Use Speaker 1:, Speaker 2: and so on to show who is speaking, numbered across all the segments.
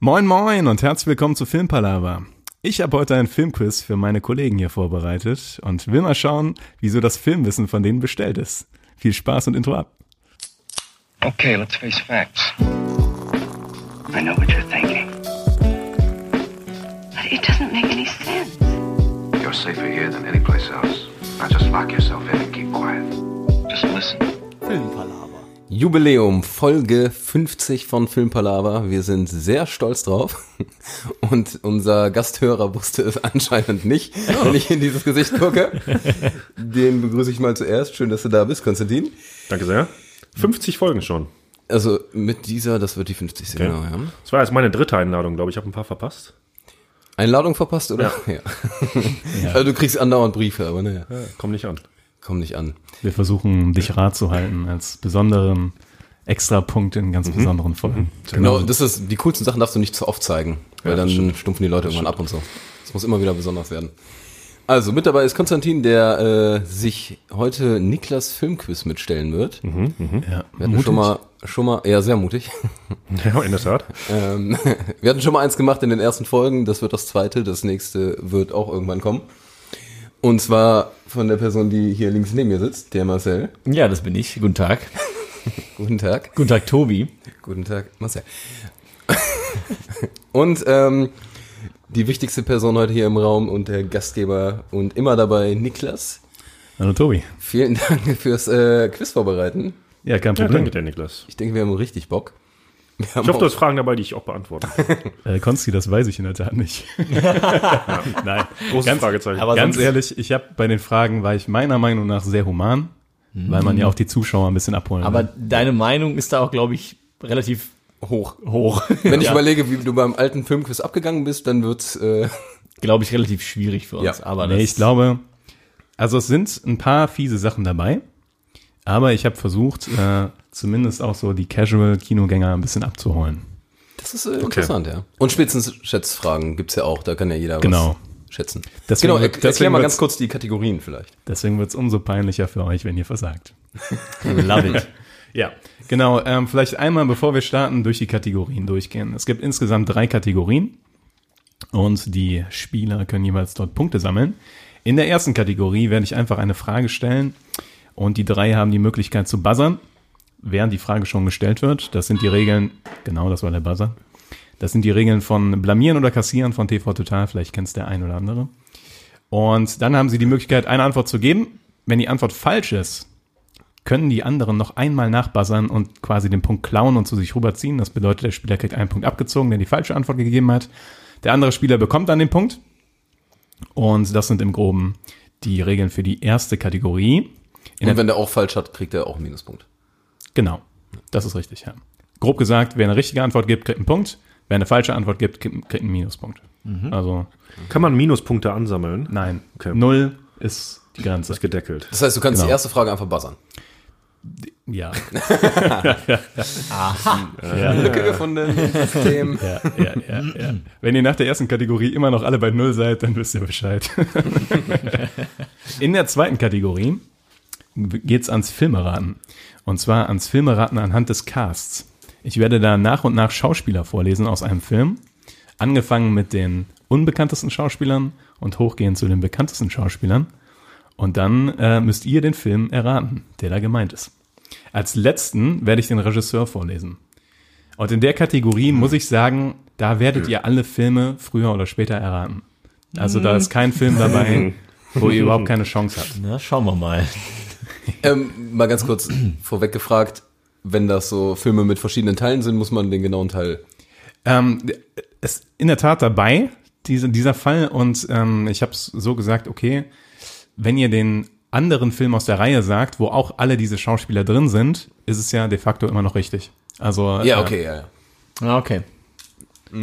Speaker 1: Moin Moin und herzlich willkommen zu Filmpalava. Ich habe heute ein Filmquiz für meine Kollegen hier vorbereitet und will mal schauen, wieso das Filmwissen von denen bestellt ist. Viel Spaß und Intro ab.
Speaker 2: Okay, let's face facts. I know what you're thinking.
Speaker 3: But it doesn't make any sense.
Speaker 4: You're safer here than anyplace else. Now just lock yourself in and keep quiet.
Speaker 2: Just listen.
Speaker 5: Jubiläum, Folge 50 von Filmpalava. Wir sind sehr stolz drauf. Und unser Gasthörer wusste es anscheinend nicht, wenn ich in dieses Gesicht gucke. Den begrüße ich mal zuerst. Schön, dass du da bist, Konstantin.
Speaker 6: Danke sehr. 50 Folgen schon.
Speaker 5: Also mit dieser, das wird die 50.
Speaker 6: Okay.
Speaker 5: Genau, ja.
Speaker 6: Das war jetzt meine dritte Einladung, glaube ich. Ich habe ein paar verpasst.
Speaker 5: Einladung verpasst, oder? Ja. Also du kriegst andauernd Briefe, aber naja,
Speaker 6: Komm nicht an.
Speaker 5: komm nicht an.
Speaker 1: Wir versuchen, dich rat zu halten als besonderen Extrapunkt in ganz besonderen Folgen.
Speaker 5: Genau, das ist, die coolsten Sachen darfst du nicht zu oft zeigen, weil dann stumpfen die Leute irgendwann ab und so. Das muss immer wieder besonders werden. Also, mit dabei ist Konstantin, der äh, sich heute Niklas Filmquiz mitstellen wird.
Speaker 7: Mhm.
Speaker 1: Ja.
Speaker 5: Wir hatten schon mal, schon mal, ja, sehr mutig.
Speaker 6: Ja, in der Tat.
Speaker 5: Ähm, wir hatten schon mal eins gemacht in den ersten Folgen, das wird das zweite, das nächste wird auch irgendwann kommen. Und zwar von der Person, die hier links neben mir sitzt, der Marcel.
Speaker 7: Ja, das bin ich. Guten Tag.
Speaker 5: Guten Tag.
Speaker 7: Guten Tag, Tobi.
Speaker 5: Guten Tag, Marcel. und ähm, die wichtigste Person heute hier im Raum und der Gastgeber und immer dabei Niklas.
Speaker 1: Hallo Tobi.
Speaker 5: Vielen Dank fürs äh, Quiz vorbereiten.
Speaker 1: Ja, kein
Speaker 6: Ja,
Speaker 1: Problem.
Speaker 6: danke dir, Niklas.
Speaker 5: Ich denke, wir haben richtig Bock. Wir haben
Speaker 6: Ich hoffe,
Speaker 5: auch-
Speaker 6: du hast Fragen dabei, die ich auch beantworte.
Speaker 1: äh, Konsti, das weiß ich in der Tat nicht. Nein.
Speaker 6: Großes
Speaker 1: Ganz-
Speaker 6: Fragezeichen.
Speaker 7: aber-
Speaker 1: Ganz
Speaker 7: sonst-
Speaker 1: ehrlich, ich habe bei den Fragen war ich meiner Meinung nach sehr human, weil man ja auch die Zuschauer ein bisschen abholen
Speaker 7: Mhm. Aber
Speaker 1: will.
Speaker 7: deine Meinung ist da auch, glaube ich, relativ hoch. Hoch.
Speaker 5: wenn ich überlege, wie du beim alten Filmquiz abgegangen bist, dann wird's äh,
Speaker 7: Glaube ich, relativ schwierig für uns.
Speaker 5: Ja.
Speaker 7: aber
Speaker 1: Nee, ich glaube, also es sind ein paar fiese Sachen dabei, aber ich habe versucht, äh, zumindest auch so die Casual-Kinogänger ein bisschen abzuholen.
Speaker 5: das ist äh, interessant, ja. Und spätestens Schätzfragen gibt's ja auch, da kann ja jeder
Speaker 1: Genau.
Speaker 5: was schätzen.
Speaker 1: Deswegen
Speaker 5: genau,
Speaker 1: wird-
Speaker 5: er, erklär
Speaker 1: deswegen
Speaker 5: mal
Speaker 1: wird's-
Speaker 5: ganz kurz die Kategorien vielleicht.
Speaker 1: Deswegen wird es umso peinlicher für euch, wenn ihr versagt.
Speaker 7: love it.
Speaker 1: Ja, genau. Ähm, vielleicht einmal, bevor wir starten, durch die Kategorien durchgehen. Es gibt insgesamt drei Kategorien und die Spieler können jeweils dort Punkte sammeln. In der ersten Kategorie werde ich einfach eine Frage stellen und die drei haben die Möglichkeit zu buzzern, während die Frage schon gestellt wird. Das sind die Regeln, genau, das war der Buzzer. Das sind die Regeln von Blamieren oder Kassieren von TV Total, vielleicht kennst der ein oder andere. Und dann haben sie die Möglichkeit, eine Antwort zu geben. Wenn die Antwort falsch ist, können die anderen noch einmal nachbuzzern und quasi den Punkt klauen und zu sich rüberziehen. Das bedeutet, der Spieler kriegt einen Punkt abgezogen, der die falsche Antwort gegeben hat. Der andere Spieler bekommt dann den Punkt. Und das sind im Groben die Regeln für die erste Kategorie. In
Speaker 5: Und
Speaker 1: der,
Speaker 5: wenn der auch falsch hat, kriegt er auch einen Minuspunkt.
Speaker 1: genau, das ist richtig, ja. Grob gesagt, wer eine richtige Antwort gibt, kriegt einen Punkt. Wer eine falsche Antwort gibt, kriegt kriegt einen Minuspunkt. Also,
Speaker 6: Kann man Minuspunkte ansammeln?
Speaker 1: nein,
Speaker 6: Okay.
Speaker 1: null ist die Grenze.
Speaker 6: Ist gedeckelt.
Speaker 5: Das heißt, du kannst
Speaker 1: Genau.
Speaker 5: die erste Frage einfach buzzern.
Speaker 1: Ja. Also,
Speaker 5: Lücke gefunden, System.
Speaker 1: Ja, ja, ja, ja. Wenn ihr nach der ersten Kategorie immer noch alle bei Null seid, dann wisst ihr Bescheid. In der zweiten Kategorie geht's ans Filmeraten. Und zwar ans Filmeraten anhand des Casts. Ich werde da nach und nach Schauspieler vorlesen aus einem Film. Angefangen mit den unbekanntesten Schauspielern und hochgehend zu den bekanntesten Schauspielern. Und dann äh, müsst ihr den Film erraten, der da gemeint ist. Als letzten werde ich den Regisseur vorlesen. Und in der Kategorie
Speaker 5: Mhm.
Speaker 1: muss ich sagen, da werdet ihr alle Filme früher oder später erraten. Also da ist kein Film
Speaker 5: Mhm.
Speaker 1: dabei, wo ihr überhaupt keine Chance habt.
Speaker 7: Na, ne, schauen wir mal.
Speaker 5: Ähm, mal ganz kurz vorweg gefragt, wenn das so Filme mit verschiedenen Teilen sind, muss man den genauen Teil.
Speaker 1: Ähm, ist in der Tat dabei, diese, dieser Fall. Und ähm, ich habe es so gesagt, okay, wenn ihr den anderen Film aus der Reihe sagt, wo auch alle diese Schauspieler drin sind, ist es ja de facto immer noch richtig. Also,
Speaker 5: Ja,
Speaker 1: äh,
Speaker 5: okay, ja, ja.
Speaker 7: Ah, okay.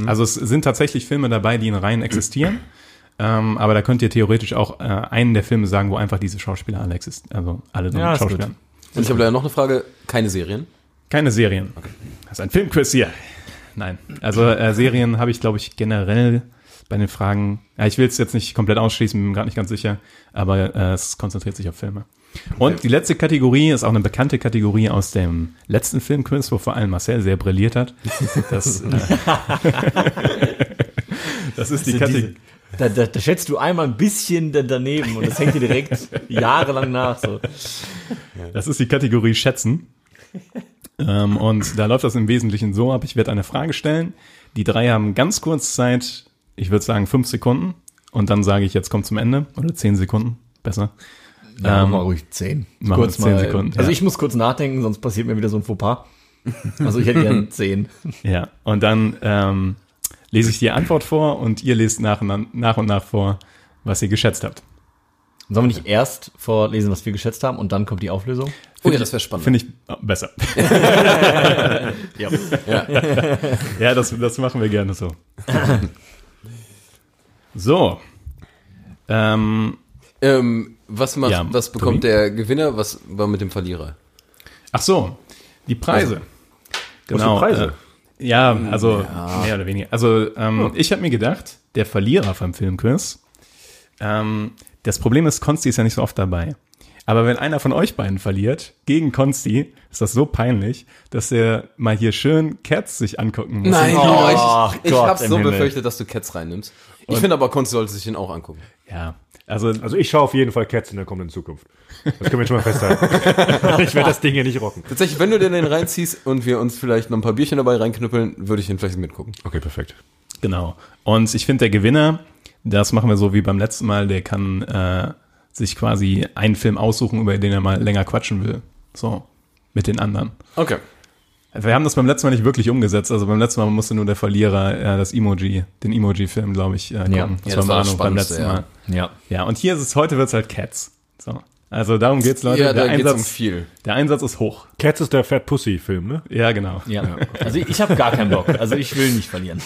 Speaker 1: also es sind tatsächlich Filme dabei, die in Reihen existieren. ähm, aber da könnt ihr theoretisch auch äh, einen der Filme sagen, wo einfach diese Schauspieler alle existieren. Also alle sind
Speaker 7: Ja, ist gut.
Speaker 1: Schauspieler.
Speaker 5: Und ich habe leider noch eine Frage. Keine Serien.
Speaker 1: Keine Serien. Das ist ein Filmquiz hier. Nein. Also äh, Serien habe ich, glaube ich, generell bei den Fragen. Ja, ich will es jetzt nicht komplett ausschließen, bin mir gerade nicht ganz sicher, aber äh, es konzentriert sich auf Filme. Und die letzte Kategorie ist auch eine bekannte Kategorie aus dem letzten Filmquiz, wo vor allem Marcel sehr brilliert hat. Das, äh, das ist die
Speaker 7: Also diese-
Speaker 1: Kategorie.
Speaker 7: Da, da, da schätzt du einmal ein bisschen da- daneben und das hängt dir direkt jahrelang nach.
Speaker 1: Ähm,
Speaker 7: So.
Speaker 1: Das ist die Kategorie Schätzen. ähm, und da läuft das im Wesentlichen so ab. Ich werde eine Frage stellen. Die drei haben ganz kurz Zeit, ich würde sagen fünf Sekunden. Und dann sage ich, jetzt kommt zum Ende. Oder zehn Sekunden, besser.
Speaker 8: Ja,
Speaker 1: Ähm,
Speaker 8: mal ruhig 10.
Speaker 1: machen wir 10 Sekunden,
Speaker 7: Also
Speaker 1: ja.
Speaker 7: ich muss kurz nachdenken, sonst passiert mir wieder so ein Fauxpas. Also ich hätte gern 10.
Speaker 1: Ja. Und dann ähm, lese ich die Antwort vor und ihr lest nach und, an- nach und nach vor, was ihr geschätzt habt.
Speaker 7: Sollen wir nicht erst vorlesen, was wir geschätzt haben und dann kommt die Auflösung?
Speaker 5: Oh ja, das wäre spannend.
Speaker 1: Finde ich äh, besser.
Speaker 7: Ja.
Speaker 1: ja, das, das machen wir gerne so. so. Ähm,
Speaker 5: Ähm, was, macht,
Speaker 1: Ja,
Speaker 5: was bekommt
Speaker 1: Tobi?
Speaker 5: der Gewinner? Was war mit dem Verlierer?
Speaker 1: Ach so, die Preise.
Speaker 6: die Preise?
Speaker 1: Äh, ja, also mehr oder weniger. Also ähm, ich habe mir gedacht, der Verlierer vom Filmquiz. Ähm, das Problem ist, Konsti ist ja nicht so oft dabei. Aber wenn einer von euch beiden verliert gegen Konsti, ist das so peinlich, dass er mal hier schön Cats sich angucken muss.
Speaker 5: Nein, Oh,
Speaker 7: Ach
Speaker 5: ich, ich
Speaker 7: Gott
Speaker 5: hab's
Speaker 7: im
Speaker 5: so
Speaker 7: Himmel.
Speaker 5: befürchtet, dass du Cats reinnimmst. Ich finde aber, Konst sollte sich den auch angucken.
Speaker 1: Ja, also
Speaker 6: Also ich schaue auf jeden Fall Cats in der kommenden Zukunft. Das können wir schon mal festhalten. ich werde das Ding hier nicht rocken.
Speaker 5: Tatsächlich, wenn du dir den reinziehst und wir uns vielleicht noch ein paar Bierchen dabei reinknüppeln, würde ich ihn vielleicht mitgucken.
Speaker 6: Okay, perfekt.
Speaker 1: Genau. Und ich finde, der Gewinner, das machen wir so wie beim letzten Mal, der kann äh, sich quasi einen Film aussuchen, über den er mal länger quatschen will. So, mit den anderen.
Speaker 5: Okay.
Speaker 1: Wir haben das beim letzten Mal nicht wirklich umgesetzt. Also beim letzten Mal musste nur der Verlierer äh, das Emoji, den Emoji-Film, glaube ich, äh, gucken.
Speaker 7: Ja,
Speaker 5: ja, das war das
Speaker 1: beim
Speaker 5: Spannendste,
Speaker 1: letzten
Speaker 5: ja.
Speaker 1: Mal.
Speaker 7: ja.
Speaker 1: Ja, und hier ist es, heute wird es halt Cats. So. Also darum geht's, Leute.
Speaker 5: ja,
Speaker 1: der,
Speaker 5: da geht's um
Speaker 1: Einsatz,
Speaker 5: viel.
Speaker 1: der Einsatz ist hoch.
Speaker 6: Cats ist der Fat Pussy-Film, ne?
Speaker 1: Ja, genau.
Speaker 7: ja. Also ich, ich habe gar keinen Bock. Also ich will nicht verlieren.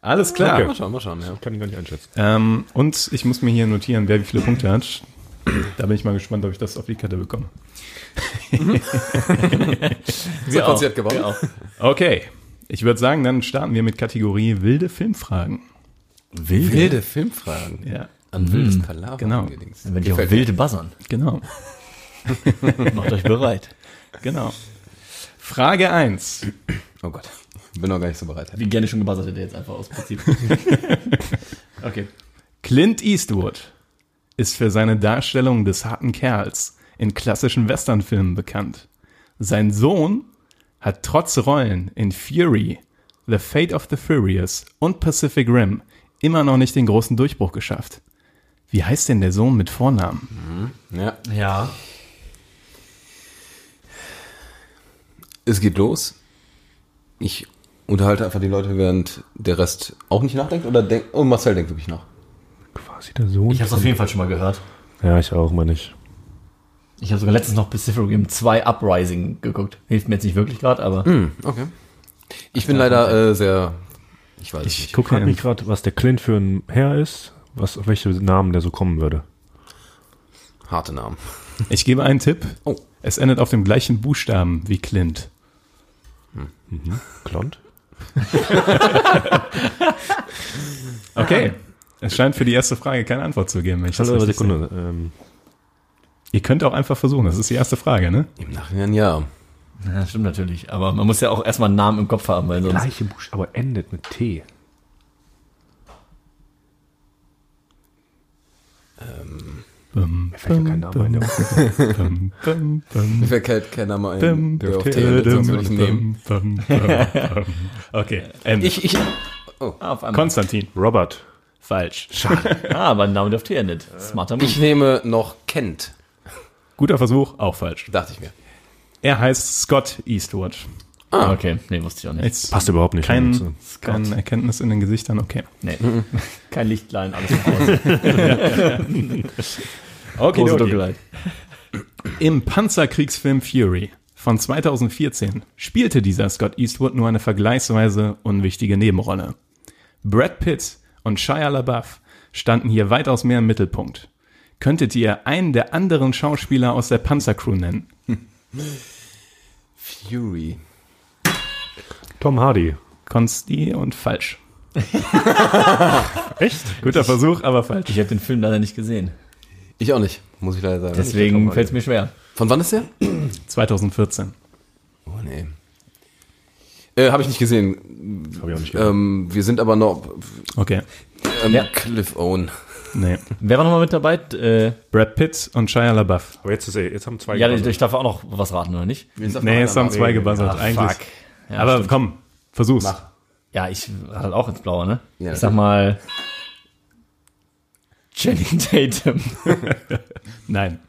Speaker 1: Alles klar.
Speaker 5: Mal schauen, mal schauen, ja.
Speaker 6: Kann ich gar nicht einschätzen.
Speaker 1: Ähm, und ich muss mir hier notieren, wer wie viele Punkte hat. Da bin ich mal gespannt, ob ich das auf die Kette bekomme.
Speaker 5: Wir
Speaker 7: auch.
Speaker 5: Konzert gewonnen.
Speaker 1: Okay, ich würde sagen, dann starten wir mit Kategorie wilde Filmfragen.
Speaker 7: Wilde?
Speaker 5: Wilde Filmfragen.
Speaker 1: Ja,
Speaker 5: An wildes Palaver.
Speaker 1: genau.
Speaker 5: allerdings.
Speaker 7: Wenn die auch wilde buzzern.
Speaker 1: genau,
Speaker 7: Macht euch bereit.
Speaker 1: genau. Frage 1.
Speaker 5: Oh Gott. Bin noch gar nicht so bereit.
Speaker 7: Wie gerne schon gebuzzert hätte jetzt einfach aus Prinzip. okay.
Speaker 1: Clint Eastwood ist für seine Darstellung des harten Kerls in klassischen Westernfilmen bekannt. Sein Sohn hat trotz Rollen in Fury, The Fate of the Furious und Pacific Rim immer noch nicht den großen Durchbruch geschafft. Wie heißt denn der Sohn mit Vornamen?
Speaker 5: Ja.
Speaker 7: Ja.
Speaker 5: Es geht los. Ich unterhalte einfach die Leute, während der Rest auch nicht nachdenkt oder denkt. Oh, Marcel denkt wirklich nach.
Speaker 6: Quasi der Sohn.
Speaker 7: Ich habe es auf jeden Fall schon mal gehört.
Speaker 6: ja, ich auch, meine ich.
Speaker 7: Ich habe sogar letztens noch Pacific Rim 2 Uprising geguckt. Hilft mir jetzt nicht wirklich gerade, aber
Speaker 5: Okay. Ich bin leider äh, sehr. Ich weiß es
Speaker 1: Ich
Speaker 5: nicht.
Speaker 1: gucke
Speaker 6: Frag
Speaker 1: in,
Speaker 6: mich gerade, was der Clint für ein Herr ist, was, auf welche Namen der so kommen würde.
Speaker 5: Harte Namen.
Speaker 1: Ich gebe einen Tipp.
Speaker 5: Oh.
Speaker 1: Es endet auf dem gleichen Buchstaben wie Clint.
Speaker 6: Klont?
Speaker 1: Okay. Es scheint für die erste Frage keine Antwort zu geben. Wenn ich das
Speaker 6: Ah. Hallo,
Speaker 1: richtig sehe.
Speaker 6: Sekunde. Ähm,
Speaker 1: Ihr könnt auch einfach versuchen. Das ist die erste Frage, ne?
Speaker 5: Im Nachhinein ja.
Speaker 7: ja, stimmt natürlich. Aber man muss ja auch erstmal einen Namen im Kopf haben, weil sonst.
Speaker 6: gleiche Buchstabe, aber endet mit T. Mir fällt ja kein Name ein. der-
Speaker 1: Bum, bum, bum,
Speaker 5: Mir fällt kein, kein Name ein.
Speaker 1: bum,
Speaker 5: der auf
Speaker 1: bum,
Speaker 5: T endet, sonst würde ich ihn nehmen.
Speaker 1: bum, bum, bum, bum. Okay. Ende.
Speaker 5: Ich, ich. oh.
Speaker 7: Ah, auf einmal.
Speaker 1: Konstantin.
Speaker 6: Robert.
Speaker 1: Falsch.
Speaker 7: Ah, aber ein Name dürfte ihr nicht. Smarter Move.
Speaker 5: Äh. Ich nehme noch Kent,
Speaker 1: Guter Versuch, auch falsch.
Speaker 5: dachte ich mir.
Speaker 1: Er heißt Scott Eastwood.
Speaker 7: Ah, okay. Nee, wusste ich auch nicht.
Speaker 1: Jetzt
Speaker 6: Passt überhaupt nicht.
Speaker 1: kein, kein Erkenntnis in den Gesichtern. Okay.
Speaker 7: Nee. Kein Lichtlein, alles aus.
Speaker 1: Okay,
Speaker 7: Große Dunkelheit.
Speaker 1: Im Panzerkriegsfilm Fury von 2014 spielte dieser Scott Eastwood nur eine vergleichsweise unwichtige Nebenrolle. Brad Pitt und Shia LaBeouf standen hier weitaus mehr im Mittelpunkt. Könntet ihr einen der anderen Schauspieler aus der Panzercrew nennen?
Speaker 5: Fury.
Speaker 6: Tom Hardy.
Speaker 1: Konsti und falsch.
Speaker 6: Echt?
Speaker 1: Guter Versuch, aber falsch.
Speaker 7: Ich habe den Film leider nicht gesehen.
Speaker 5: Ich auch nicht, muss ich leider sagen.
Speaker 7: Deswegen fällt es mir schwer.
Speaker 5: Von wann ist der?
Speaker 1: 2014.
Speaker 5: Oh, nee. Äh, Habe ich nicht gesehen.
Speaker 6: Hab ich auch nicht gehört.
Speaker 5: Ähm, wir sind aber noch
Speaker 1: Okay.
Speaker 5: ähm,
Speaker 7: Genau. Ja.
Speaker 5: Cliff Owen.
Speaker 1: Nee.
Speaker 7: Wer war nochmal mit dabei? Äh,
Speaker 1: Brad Pitt und Shia LaBeouf.
Speaker 6: Aber jetzt ist er, jetzt haben zwei
Speaker 7: ja,
Speaker 6: gewonnen.
Speaker 7: ich darf auch noch was raten, oder nicht?
Speaker 1: Nee, es haben zwei gebuzzert, eigentlich.
Speaker 7: Ah, Ja,
Speaker 1: aber
Speaker 7: stimmt.
Speaker 1: komm, versuch's.
Speaker 7: ja, ich halt auch ins Blaue, ne?
Speaker 5: Ja,
Speaker 7: ich sag mal. Channing Tatum.
Speaker 1: Nein.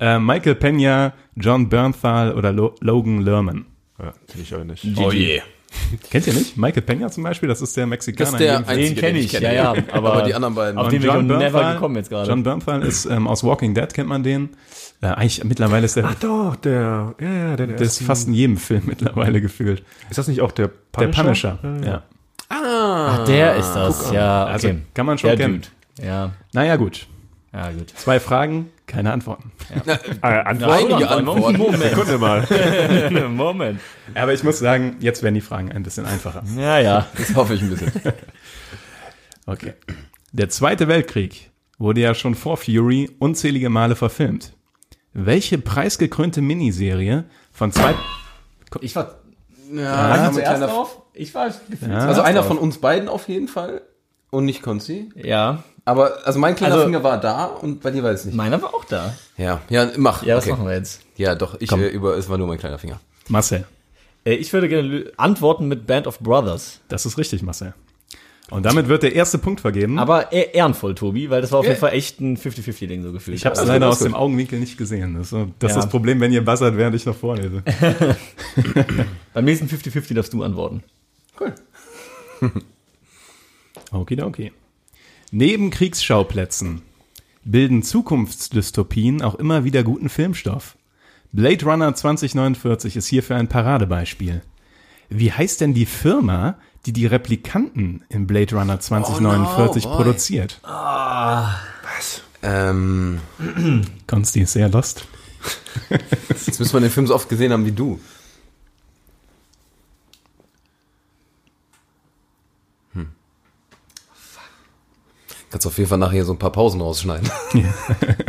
Speaker 1: Äh, Michael Pena, John Bernthal oder Lo Logan Lerman.
Speaker 6: Ja, kenn ich auch nicht.
Speaker 5: Oh je.
Speaker 1: Kennt ihr nicht? Michael Pena zum Beispiel, das ist der Mexikaner.
Speaker 5: Das ist der
Speaker 1: in dem Film.
Speaker 5: einzige,
Speaker 7: Den kenne ich,
Speaker 5: kenn.
Speaker 7: ja, ja. Aber,
Speaker 5: Aber die anderen beiden.
Speaker 7: Auf
Speaker 1: Und
Speaker 7: den bin ich
Speaker 1: John
Speaker 7: noch never
Speaker 1: Bernthal-
Speaker 7: gekommen jetzt gerade.
Speaker 1: John Bernthal ist ähm, aus Walking Dead, kennt man den. Äh, eigentlich mittlerweile ist der,
Speaker 6: Doch, der, ja, ja, der,
Speaker 1: der ist fast in jedem Film mittlerweile gefühlt.
Speaker 6: Ist das nicht auch der
Speaker 1: Der
Speaker 6: Punisher?
Speaker 1: Punisher. Ja.
Speaker 5: Ah,
Speaker 7: Der ist das, ja, okay.
Speaker 1: Also kann man schon
Speaker 7: der
Speaker 1: kennen.
Speaker 7: Dude. Ja,
Speaker 1: Naja gut,
Speaker 7: ja, gut.
Speaker 1: zwei Fragen, keine Antworten.
Speaker 6: Ah, Antwort?
Speaker 5: einige Antworten.
Speaker 7: Moment,
Speaker 6: Sekunde mal.
Speaker 7: Moment, Moment.
Speaker 1: Aber ich muss sagen, jetzt werden die Fragen ein bisschen einfacher.
Speaker 7: Ja, ja.
Speaker 5: Das hoffe ich ein bisschen.
Speaker 1: Okay. Der Zweite Weltkrieg wurde ja schon vor Fury unzählige Male verfilmt. Welche preisgekrönte Miniserie von zwei...
Speaker 7: Ich war
Speaker 5: Ja,
Speaker 1: Ah,
Speaker 5: da haben wir
Speaker 7: zuerst
Speaker 5: keiner-
Speaker 7: auf. Ich war gefühlt
Speaker 5: also einer von uns beiden auf jeden Fall. Und nicht Konzi.
Speaker 7: Ja,
Speaker 5: Aber, also mein kleiner
Speaker 7: Also-
Speaker 5: Finger war da und bei dir war es nicht.
Speaker 7: meiner war auch da.
Speaker 5: Ja, ja, mach.
Speaker 7: Ja, was
Speaker 5: okay.
Speaker 7: machen wir jetzt?
Speaker 5: Ja, doch, ich, äh, über, es war nur mein kleiner Finger.
Speaker 1: Marcel.
Speaker 7: Äh, ich würde gerne lö- antworten mit Band of Brothers.
Speaker 1: Das ist richtig, Marcel. Und damit wird der erste Punkt vergeben.
Speaker 7: Aber eh- ehrenvoll, Tobi, weil das war auf jeden
Speaker 5: Ja.
Speaker 7: Fall echt ein 50-50-Ding so gefühlt.
Speaker 1: ich habe es
Speaker 5: Also,
Speaker 1: leider
Speaker 5: das
Speaker 1: aus
Speaker 5: ist gut.
Speaker 1: dem Augenwinkel nicht gesehen. Das ist, so- das, ist
Speaker 7: Ja.
Speaker 1: das Problem, wenn ihr buzzert, während ich noch vorlese.
Speaker 7: Beim nächsten 50-50 darfst du antworten.
Speaker 1: Okidoki. Neben Kriegsschauplätzen bilden Zukunftsdystopien auch immer wieder guten Filmstoff. Blade Runner 2049 ist hierfür ein Paradebeispiel. Wie heißt denn die Firma, die die Replikanten in Blade Runner 2049
Speaker 5: Oh no, Oh boy.
Speaker 1: produziert?
Speaker 5: Ähm,
Speaker 1: Konsti ist sehr lost.
Speaker 5: jetzt müssen wir den Film so oft gesehen haben wie du. Hm. Kannst auf jeden Fall nachher so ein paar Pausen rausschneiden.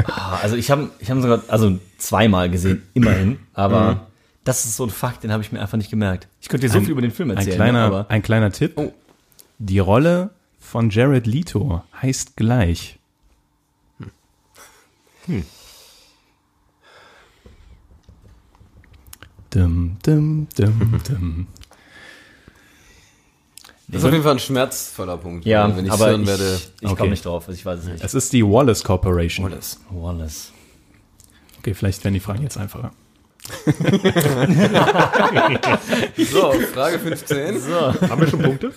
Speaker 7: Ah, Also ich habe ich hab ihn sogar also zweimal gesehen, immerhin. Aber das ist so ein Fakt, den habe ich mir einfach nicht gemerkt. Ich könnte dir so
Speaker 1: Ein-
Speaker 7: viel über den Film
Speaker 1: Ein
Speaker 7: erzählen. ne,
Speaker 1: kleiner,
Speaker 7: aber
Speaker 1: ein kleiner Tipp.
Speaker 5: Oh.
Speaker 1: Die Rolle von Jared Leto heißt gleich. Hm. Dum, dum, dum, dum.
Speaker 5: Das ist auf jeden Fall ein schmerzvoller Punkt.
Speaker 7: ja,
Speaker 5: wenn Mhm. ich
Speaker 7: aber
Speaker 5: hören
Speaker 7: ich,
Speaker 5: werde.
Speaker 7: ich komme
Speaker 1: Okay.
Speaker 7: nicht drauf. Also ich weiß es nicht.
Speaker 1: Es ist die Wallace Corporation.
Speaker 5: Wallace.
Speaker 7: Wallace.
Speaker 1: Okay, vielleicht werden die Fragen jetzt einfacher.
Speaker 5: So, Frage 15.
Speaker 6: Haben wir schon Punkte?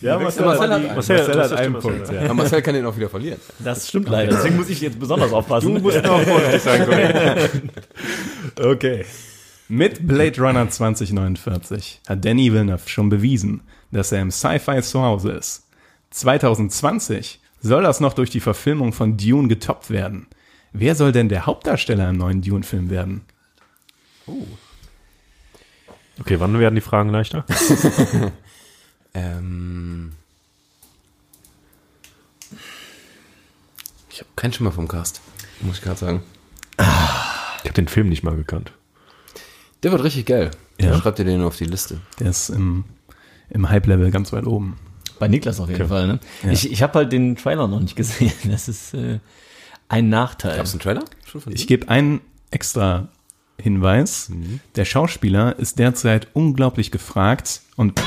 Speaker 1: Ja,
Speaker 5: Marcel Marcel hat hat einen.
Speaker 1: Marcel, hat
Speaker 6: Marcel hat
Speaker 1: einen
Speaker 6: bestimmt
Speaker 1: Punkt. Ja.
Speaker 5: Aber Marcel kann den auch wieder verlieren.
Speaker 7: Das stimmt leider. Deswegen muss ich jetzt besonders aufpassen.
Speaker 6: noch vorsichtig sein, Kollege.
Speaker 1: Okay. Mit Blade Runner 2049 hat Danny Villeneuve schon bewiesen, dass er im Sci-Fi zu Hause ist. 2020 soll das noch durch die Verfilmung von Dune getoppt werden. Wer soll denn der Hauptdarsteller im neuen Dune-Film werden?
Speaker 6: Okay, wann werden die Fragen leichter?
Speaker 5: Ähm. Ich habe keinen Schimmer vom Cast, muss ich gerade sagen.
Speaker 6: Ich habe den Film nicht mal gekannt.
Speaker 5: Der wird richtig geil.
Speaker 1: Ja.
Speaker 5: Schreibt ihr den auf die Liste.
Speaker 1: Der ist im, im Hype-Level ganz weit oben.
Speaker 7: Bei Niklas auf jeden Fall, ne? Ich, ich habe halt den Trailer noch nicht gesehen. Das ist äh, ein Nachteil.
Speaker 5: Gab's einen Trailer?
Speaker 1: Ich gebe einen extra Hinweis. Der Schauspieler ist derzeit unglaublich gefragt und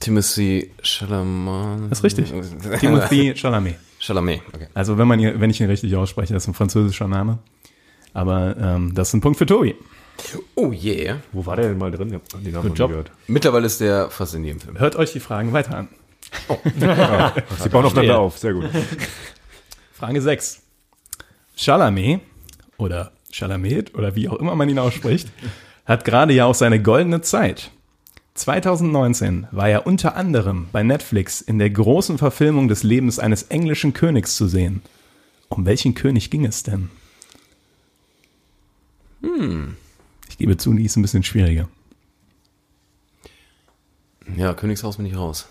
Speaker 5: Timothy Chalamet.
Speaker 1: das ist richtig. Timothy Chalamet.
Speaker 5: Chalamet. Okay.
Speaker 1: Also wenn man hier, wenn ich ihn richtig ausspreche, das ist ein französischer Name. Aber ähm, das ist ein Punkt für Tobi.
Speaker 5: Oh yeah.
Speaker 6: Wo war der denn mal drin? Ich hab den Namen noch nie
Speaker 1: Job.
Speaker 6: gehört.
Speaker 5: Mittlerweile ist der fast in jedem Film.
Speaker 1: Hört euch die Fragen weiter an.
Speaker 6: Sie bauen aufeinander auf, sehr gut.
Speaker 1: Frage 6. Chalamet oder Chalamet oder wie auch immer man ihn ausspricht, hat gerade ja auch seine goldene Zeit. 2019 war er unter anderem bei Netflix in der großen Verfilmung des Lebens eines englischen Königs zu sehen. Um welchen König ging es denn? Hm. Ich gebe zu, die ist ein bisschen schwieriger.
Speaker 5: Ja, Königshaus bin ich raus.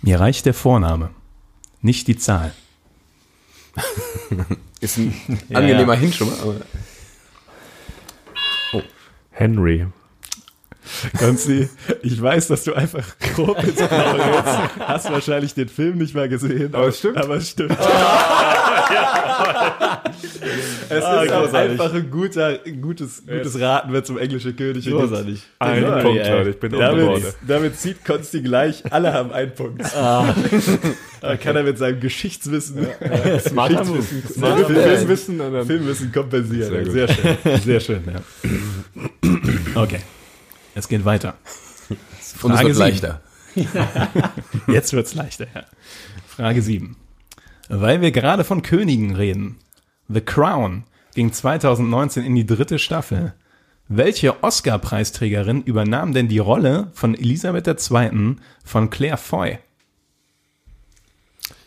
Speaker 1: Mir reicht der Vorname, nicht die Zahl.
Speaker 5: Ist ein angenehmer
Speaker 7: ja.
Speaker 5: Hin schon mal. Aber
Speaker 6: Henry.
Speaker 1: Konzi, ich weiß, dass du einfach grob ins Blaue gehst. Hast wahrscheinlich den Film nicht mal gesehen. Aber,
Speaker 6: es stimmt.
Speaker 1: Aber es stimmt. Ah. es ist auch einfach ein guter, ein gutes, gutes Raten, wenn es um englische Könige geht.
Speaker 7: Großartig.
Speaker 6: Ein
Speaker 1: Ja,
Speaker 6: Punkt,
Speaker 7: ey.
Speaker 6: Leute. Ich bin ohne
Speaker 1: Damit,
Speaker 6: Worte.
Speaker 1: damit zieht Konsti gleich, alle haben einen Punkt. Da kann er mit seinem Geschichtswissen,
Speaker 7: Smarter Move.
Speaker 1: seinem
Speaker 7: Move.
Speaker 1: Filmwissen, Filmwissen kompensieren. Sehr, schön. Sehr schön, ja. Okay. Es geht weiter.
Speaker 5: und es
Speaker 1: Frage
Speaker 5: wird
Speaker 1: sieben.
Speaker 5: leichter.
Speaker 1: Jetzt wird's leichter, ja. Frage 7. Weil wir gerade von Königen reden. The Crown ging 2019 in die dritte Staffel. Welche Oscar-Preisträgerin übernahm denn die Rolle von Elisabeth II. von Claire Foy?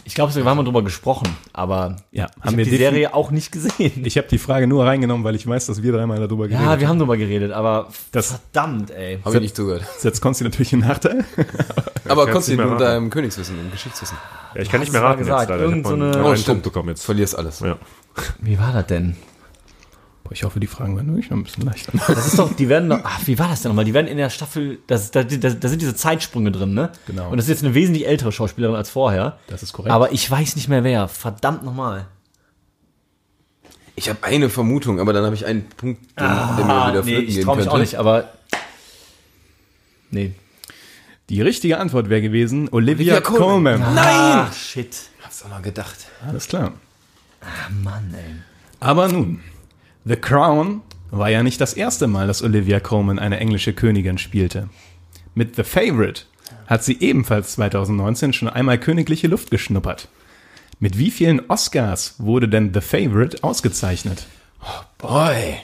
Speaker 7: Ich glaube, wir haben mal drüber gesprochen, aber
Speaker 1: Ja,
Speaker 7: ich
Speaker 1: haben
Speaker 7: hab
Speaker 1: wir
Speaker 7: die
Speaker 1: defin-
Speaker 7: Serie auch nicht gesehen.
Speaker 1: Ich habe die Frage nur reingenommen, weil ich weiß, dass wir dreimal darüber geredet
Speaker 7: Ja,
Speaker 1: haben.
Speaker 7: wir haben drüber geredet, aber
Speaker 1: Das-
Speaker 7: verdammt, ey.
Speaker 5: Habe ich nicht zugehört.
Speaker 1: Das setzt Konsti natürlich einen Nachteil.
Speaker 5: Aber
Speaker 6: kann's
Speaker 5: Konsti,
Speaker 6: nicht mehr
Speaker 5: mit
Speaker 6: machen.
Speaker 5: deinem Königswissen, im Geschichtswissen.
Speaker 6: Ja, ich kann
Speaker 7: hast
Speaker 6: nicht mehr
Speaker 7: es mal
Speaker 6: raten jetzt
Speaker 7: gesagt,
Speaker 6: leider. Ich hab
Speaker 7: irgend so
Speaker 6: einen-
Speaker 7: eine-
Speaker 6: einen
Speaker 7: Oh,
Speaker 6: Punkt bekommen jetzt.
Speaker 5: Verlierst alles.
Speaker 6: Ja.
Speaker 7: Wie war das denn?
Speaker 1: Boah, ich hoffe, die Fragen waren wirklich noch ein bisschen leichter.
Speaker 7: Das ist doch, die werden doch, ach, wie war das denn nochmal? Die werden in der Staffel, das, da, da, da sind diese Zeitsprünge drin, ne?
Speaker 1: Genau.
Speaker 7: Und das ist jetzt eine wesentlich ältere Schauspielerin als vorher.
Speaker 1: Das ist korrekt.
Speaker 7: Aber ich weiß nicht mehr wer. Verdammt nochmal.
Speaker 5: Ich habe eine Vermutung, aber dann habe ich einen Punkt, den, der mir wieder flöten
Speaker 7: Ah, ich
Speaker 5: gehen
Speaker 7: traue
Speaker 5: könnte.
Speaker 7: mich auch nicht, aber. Nee.
Speaker 1: die richtige Antwort wäre gewesen Olivia,
Speaker 5: Olivia Colman.
Speaker 1: Colman.
Speaker 7: Nein! Ach, shit.
Speaker 5: Hab's doch mal gedacht.
Speaker 1: Alles klar.
Speaker 7: Mann, ey.
Speaker 1: Aber nun, The Crown war ja nicht das erste Mal, dass Olivia Colman eine englische Königin spielte. Mit The Favorite hat sie ebenfalls 2019 schon einmal königliche Luft geschnuppert. Mit wie vielen Oscars wurde denn The Favorite ausgezeichnet?
Speaker 5: Boy.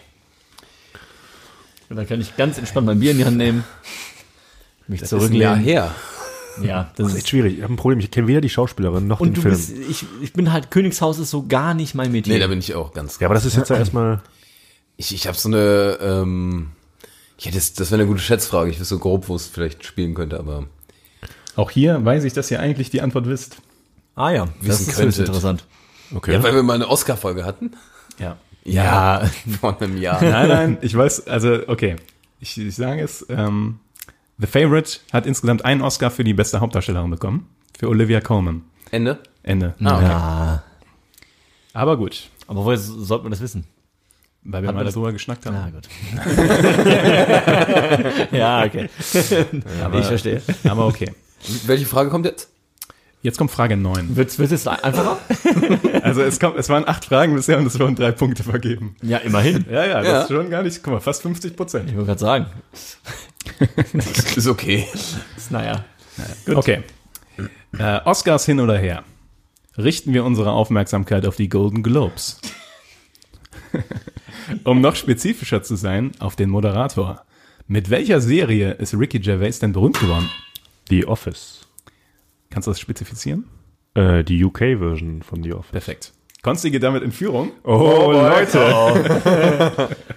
Speaker 7: Und dann kann ich ganz entspannt mein Bier in die Hand nehmen. Mich
Speaker 5: Ist ein Jahr
Speaker 7: zurücklehnen.
Speaker 5: her.
Speaker 7: Ja, das
Speaker 6: Echt
Speaker 7: ist.
Speaker 6: schwierig. Ich habe ein Problem. Ich kenne weder die Schauspielerin noch
Speaker 7: Und
Speaker 6: den
Speaker 7: du
Speaker 6: Film.
Speaker 7: bist, ich, ich bin halt, Königshaus ist so gar nicht mein Mädchen.
Speaker 5: Nee, da bin ich auch ganz.
Speaker 6: ja, aber das ist jetzt ja erstmal.
Speaker 5: Ich, ich habe so eine. Ähm, ja, das, das wäre eine gute Schätzfrage. Ich wüsste so grob, wo es vielleicht spielen könnte, aber
Speaker 1: Auch hier weiß ich, dass ihr eigentlich die Antwort wisst.
Speaker 7: ah ja, das
Speaker 5: Wissen
Speaker 7: ist höchst
Speaker 5: könntet.
Speaker 7: interessant.
Speaker 6: Okay.
Speaker 5: Ja, weil wir mal eine Oscar-Folge hatten.
Speaker 1: Ja.
Speaker 5: Ja, vor einem Jahr.
Speaker 1: Nein, nein, ich weiß, also okay, ich, ich sage es. Ähm, The Favorite hat insgesamt einen Oscar für die beste Hauptdarstellerin bekommen. Für Olivia Colman.
Speaker 5: Ende. Ah,
Speaker 1: Ende.
Speaker 7: Ja,
Speaker 1: Aber gut,
Speaker 7: aber woher so- sollte man das wissen?
Speaker 1: weil wir
Speaker 7: Hat
Speaker 1: mal
Speaker 7: man das-
Speaker 1: darüber geschnackt haben.
Speaker 7: Ja, gut. ja, okay. Aber ich verstehe.
Speaker 1: Aber okay.
Speaker 5: Welche Frage kommt jetzt?
Speaker 1: Jetzt kommt Frage 9.
Speaker 7: Wird es einfacher?
Speaker 1: Also es, kommt, es waren acht Fragen bisher und es wurden drei Punkte vergeben.
Speaker 7: Ja, immerhin.
Speaker 1: Ja, ja, das
Speaker 5: Ja.
Speaker 1: ist schon gar nicht, guck mal, fast 50 Prozent.
Speaker 7: Ich wollte gerade sagen.
Speaker 5: Ist okay.
Speaker 7: Naja.
Speaker 1: Okay. Äh, Oscars hin oder her. Richten wir unsere Aufmerksamkeit auf die Golden Globes. um noch spezifischer zu sein, auf den Moderator. Mit welcher Serie ist Ricky Gervais denn berühmt geworden?
Speaker 6: The Office.
Speaker 1: Kannst du das spezifizieren?
Speaker 6: Äh, die UK-Version von The Office.
Speaker 1: Perfekt. Konsti geht damit in Führung.
Speaker 6: Oh, Leute!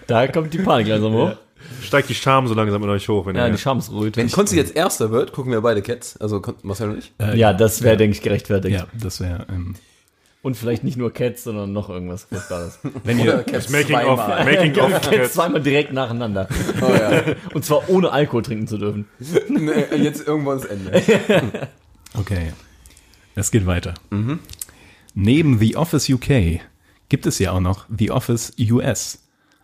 Speaker 7: Da kommt die Panik langsam hoch.
Speaker 6: Steigt die Scham so langsam in euch hoch, wenn
Speaker 7: Ja,
Speaker 6: ihr.
Speaker 7: die Scham ist rot.
Speaker 5: Wenn Konzi jetzt Erster wird, gucken wir beide Cats. Also Kon- Marcel und ich.
Speaker 7: Ja, das wäre, denke ich, gerechtfertigt.
Speaker 1: Ja, das wäre. Ähm,
Speaker 7: Und vielleicht nicht nur Cats, sondern noch irgendwas Furchtbares.
Speaker 1: wenn ihr
Speaker 5: Cats
Speaker 6: Making of, making of
Speaker 7: Cats
Speaker 6: Cats.
Speaker 7: zweimal direkt nacheinander.
Speaker 5: Oh, ja.
Speaker 7: Und zwar ohne Alkohol trinken zu dürfen.
Speaker 5: nee, jetzt irgendwann das Ende.
Speaker 1: Okay. Es geht weiter. Neben The Office UK gibt es ja auch noch The Office US.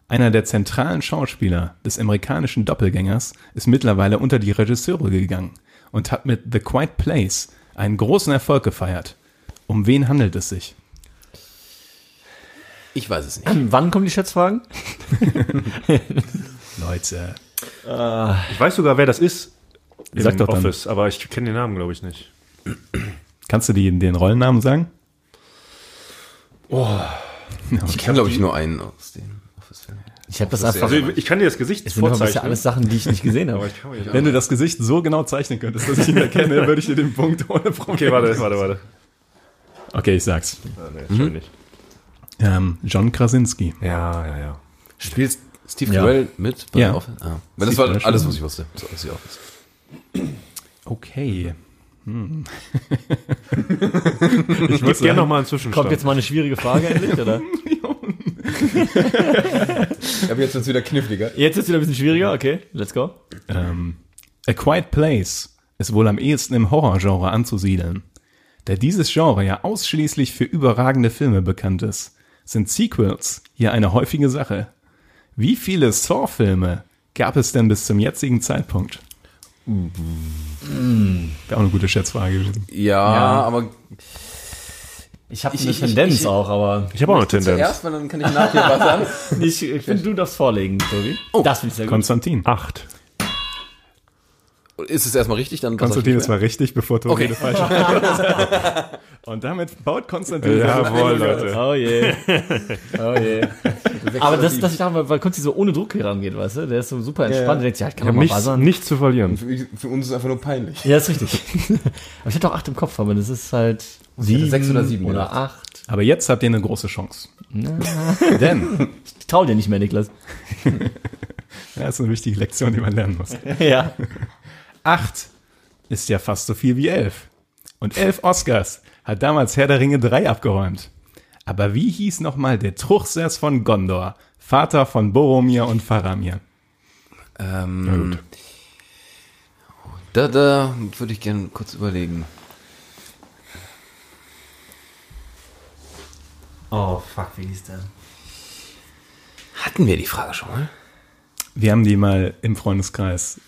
Speaker 1: Einer der zentralen Schauspieler des amerikanischen Doppelgängers ist mittlerweile unter die Regisseure gegangen und hat mit The Quiet Place einen großen Erfolg gefeiert. Um wen handelt es sich?
Speaker 5: Ich weiß es nicht.
Speaker 7: Hm, Wann kommen die Schätzfragen?
Speaker 1: Leute.
Speaker 6: Ich weiß sogar, wer das ist. Im
Speaker 1: Sag doch dann.
Speaker 6: Office, aber ich kenne den Namen, glaube ich, nicht.
Speaker 1: Kannst du die, den Rollennamen sagen?
Speaker 5: Ich kenne, glaube ich, nur einen aus den Office-Filmen.
Speaker 7: Ich habe das
Speaker 5: Das ist
Speaker 7: einfach.
Speaker 5: ja-
Speaker 6: Also, ich, ich kann dir das Gesicht
Speaker 7: Es sind doch bisher
Speaker 6: vorzeichnen.
Speaker 7: alles Sachen, die ich nicht gesehen habe.
Speaker 6: Ich kann mich-
Speaker 1: Wenn du das Gesicht so genau zeichnen könntest, dass ich ihn erkenne, würde ich dir den Punkt ohne Probleme.
Speaker 6: Okay, warte, warte, warte.
Speaker 1: Okay, ich sag's.
Speaker 6: Ah, nee, mhm. nicht.
Speaker 1: Ähm, John Krasinski.
Speaker 6: Ja, ja, ja.
Speaker 5: Spielt Steve
Speaker 7: Ja.
Speaker 5: Carell mit bei
Speaker 1: Ja.
Speaker 5: The Office? Ah. Weil das
Speaker 1: Steve
Speaker 5: war
Speaker 1: Carell
Speaker 5: alles,
Speaker 1: schon.
Speaker 5: was ich wusste. So, aus The Office.
Speaker 1: Okay.
Speaker 6: Ich gebe gerne nochmal einen Zwischenstand.
Speaker 7: Kommt jetzt mal eine schwierige Frage endlich, oder?
Speaker 5: Aber jetzt wird's wieder kniffliger.
Speaker 7: Jetzt ist wieder ein bisschen schwieriger, okay, let's go.
Speaker 1: Ähm, A Quiet Place ist wohl am ehesten im Horrorgenre anzusiedeln. Da dieses Genre ja ausschließlich für überragende Filme bekannt ist, sind Sequels hier eine häufige Sache. Wie viele Saw-Filme gab es denn bis zum jetzigen Zeitpunkt? Wäre auch eine gute Schätzfrage gewesen.
Speaker 5: Ja, aber
Speaker 7: Ich habe
Speaker 5: Ich-
Speaker 7: eine
Speaker 5: ich-
Speaker 7: Tendenz
Speaker 5: ich-
Speaker 7: auch, aber
Speaker 6: ich habe auch eine Tendenz.
Speaker 5: zuerst, weil dann kann ich nachher was sagen.
Speaker 7: ich, ich finde, du darfst vorlegen, Tobi. Oh, das finde ich sehr gut.
Speaker 1: Konstantin.
Speaker 6: Acht.
Speaker 5: Ist es erstmal richtig, dann was
Speaker 1: Konstantin, das war richtig, bevor Tobi
Speaker 5: Okay.
Speaker 1: eine falsche Antwort gesagt hat. Und damit baut Konstantin
Speaker 6: Jawohl, Leute.
Speaker 7: Oh je. Oh je. Aber das, das ich dachte, weil Kunzi so ohne Druck herangeht, weißt du? Der ist so super entspannt. Der denkt sich, ja, ich kann doch mal
Speaker 6: Nichts,
Speaker 7: buzzern.
Speaker 6: nichts zu verlieren.
Speaker 5: für, für uns ist es einfach nur peinlich.
Speaker 7: Ja, ist richtig. aber ich hatte auch acht im Kopf, aber das ist halt sieben
Speaker 5: sechs oder sieben
Speaker 7: oder
Speaker 5: gedacht.
Speaker 7: acht.
Speaker 1: Aber jetzt habt ihr eine große Chance. Denn,
Speaker 7: Ich trau dir nicht mehr, Niklas.
Speaker 1: das ist eine wichtige Lektion, die man lernen muss.
Speaker 7: ja.
Speaker 1: Acht ist ja fast so viel wie elf. Und elf Oscars hat damals Herr der Ringe 3 abgeräumt. Aber wie hieß nochmal der Truchsess von Gondor, Vater von Boromir und Faramir?
Speaker 5: Ähm, da, da würde ich gerne kurz überlegen.
Speaker 7: Oh, fuck, wie hieß der?
Speaker 5: Hatten wir die Frage schon mal?
Speaker 1: Wir haben die mal im Freundeskreis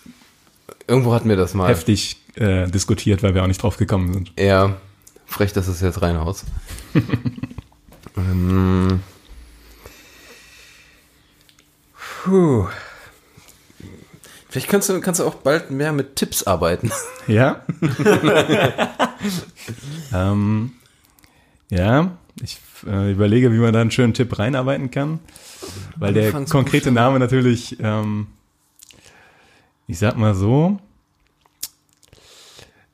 Speaker 5: Irgendwo hatten wir das mal.
Speaker 1: heftig äh, diskutiert, weil wir auch nicht drauf gekommen sind.
Speaker 5: Ja, frech, dass es jetzt reinhaut. ähm, puh. Vielleicht kannst du, kannst du auch bald mehr mit Tipps arbeiten.
Speaker 1: Ja? ähm, ja, ich äh, überlege, wie man da einen schönen Tipp reinarbeiten kann, weil der
Speaker 5: Anfangs-
Speaker 1: konkrete Name natürlich, ähm, ich sag mal so,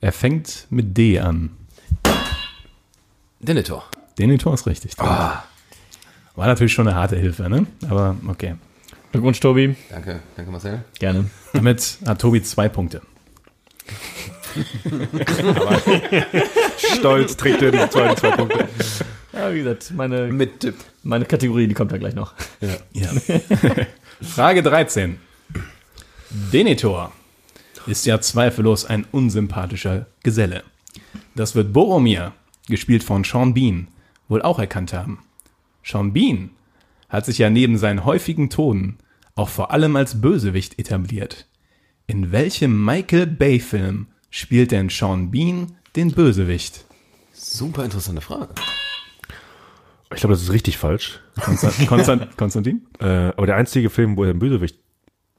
Speaker 1: er fängt mit D an.
Speaker 5: Denethor.
Speaker 1: Denitor ist richtig. War natürlich schon eine harte Hilfe, ne? Aber okay.
Speaker 7: Glückwunsch, Tobi.
Speaker 5: Danke, danke Marcel.
Speaker 7: Gerne.
Speaker 1: Damit hat Tobi zwei Punkte.
Speaker 6: Stolz trägt er die zweiten zwei Punkte.
Speaker 7: Ja, wie gesagt, meine,
Speaker 5: Mit Tipp.
Speaker 7: meine Kategorie, die kommt ja gleich noch.
Speaker 1: Ja. Frage 13. Denethor ist ja zweifellos ein unsympathischer Geselle. Das wird Boromir, gespielt von Sean Bean, wohl auch erkannt haben. Sean Bean hat sich ja neben seinen häufigen Tonen auch vor allem als Bösewicht etabliert. In welchem Michael Bay-Film spielt denn Sean Bean den Bösewicht?
Speaker 5: Super interessante Frage.
Speaker 6: Ich glaube, das ist richtig falsch.
Speaker 1: Konstan- Konstan- Konstantin?
Speaker 6: Äh, aber der einzige Film, wo er einen Bösewicht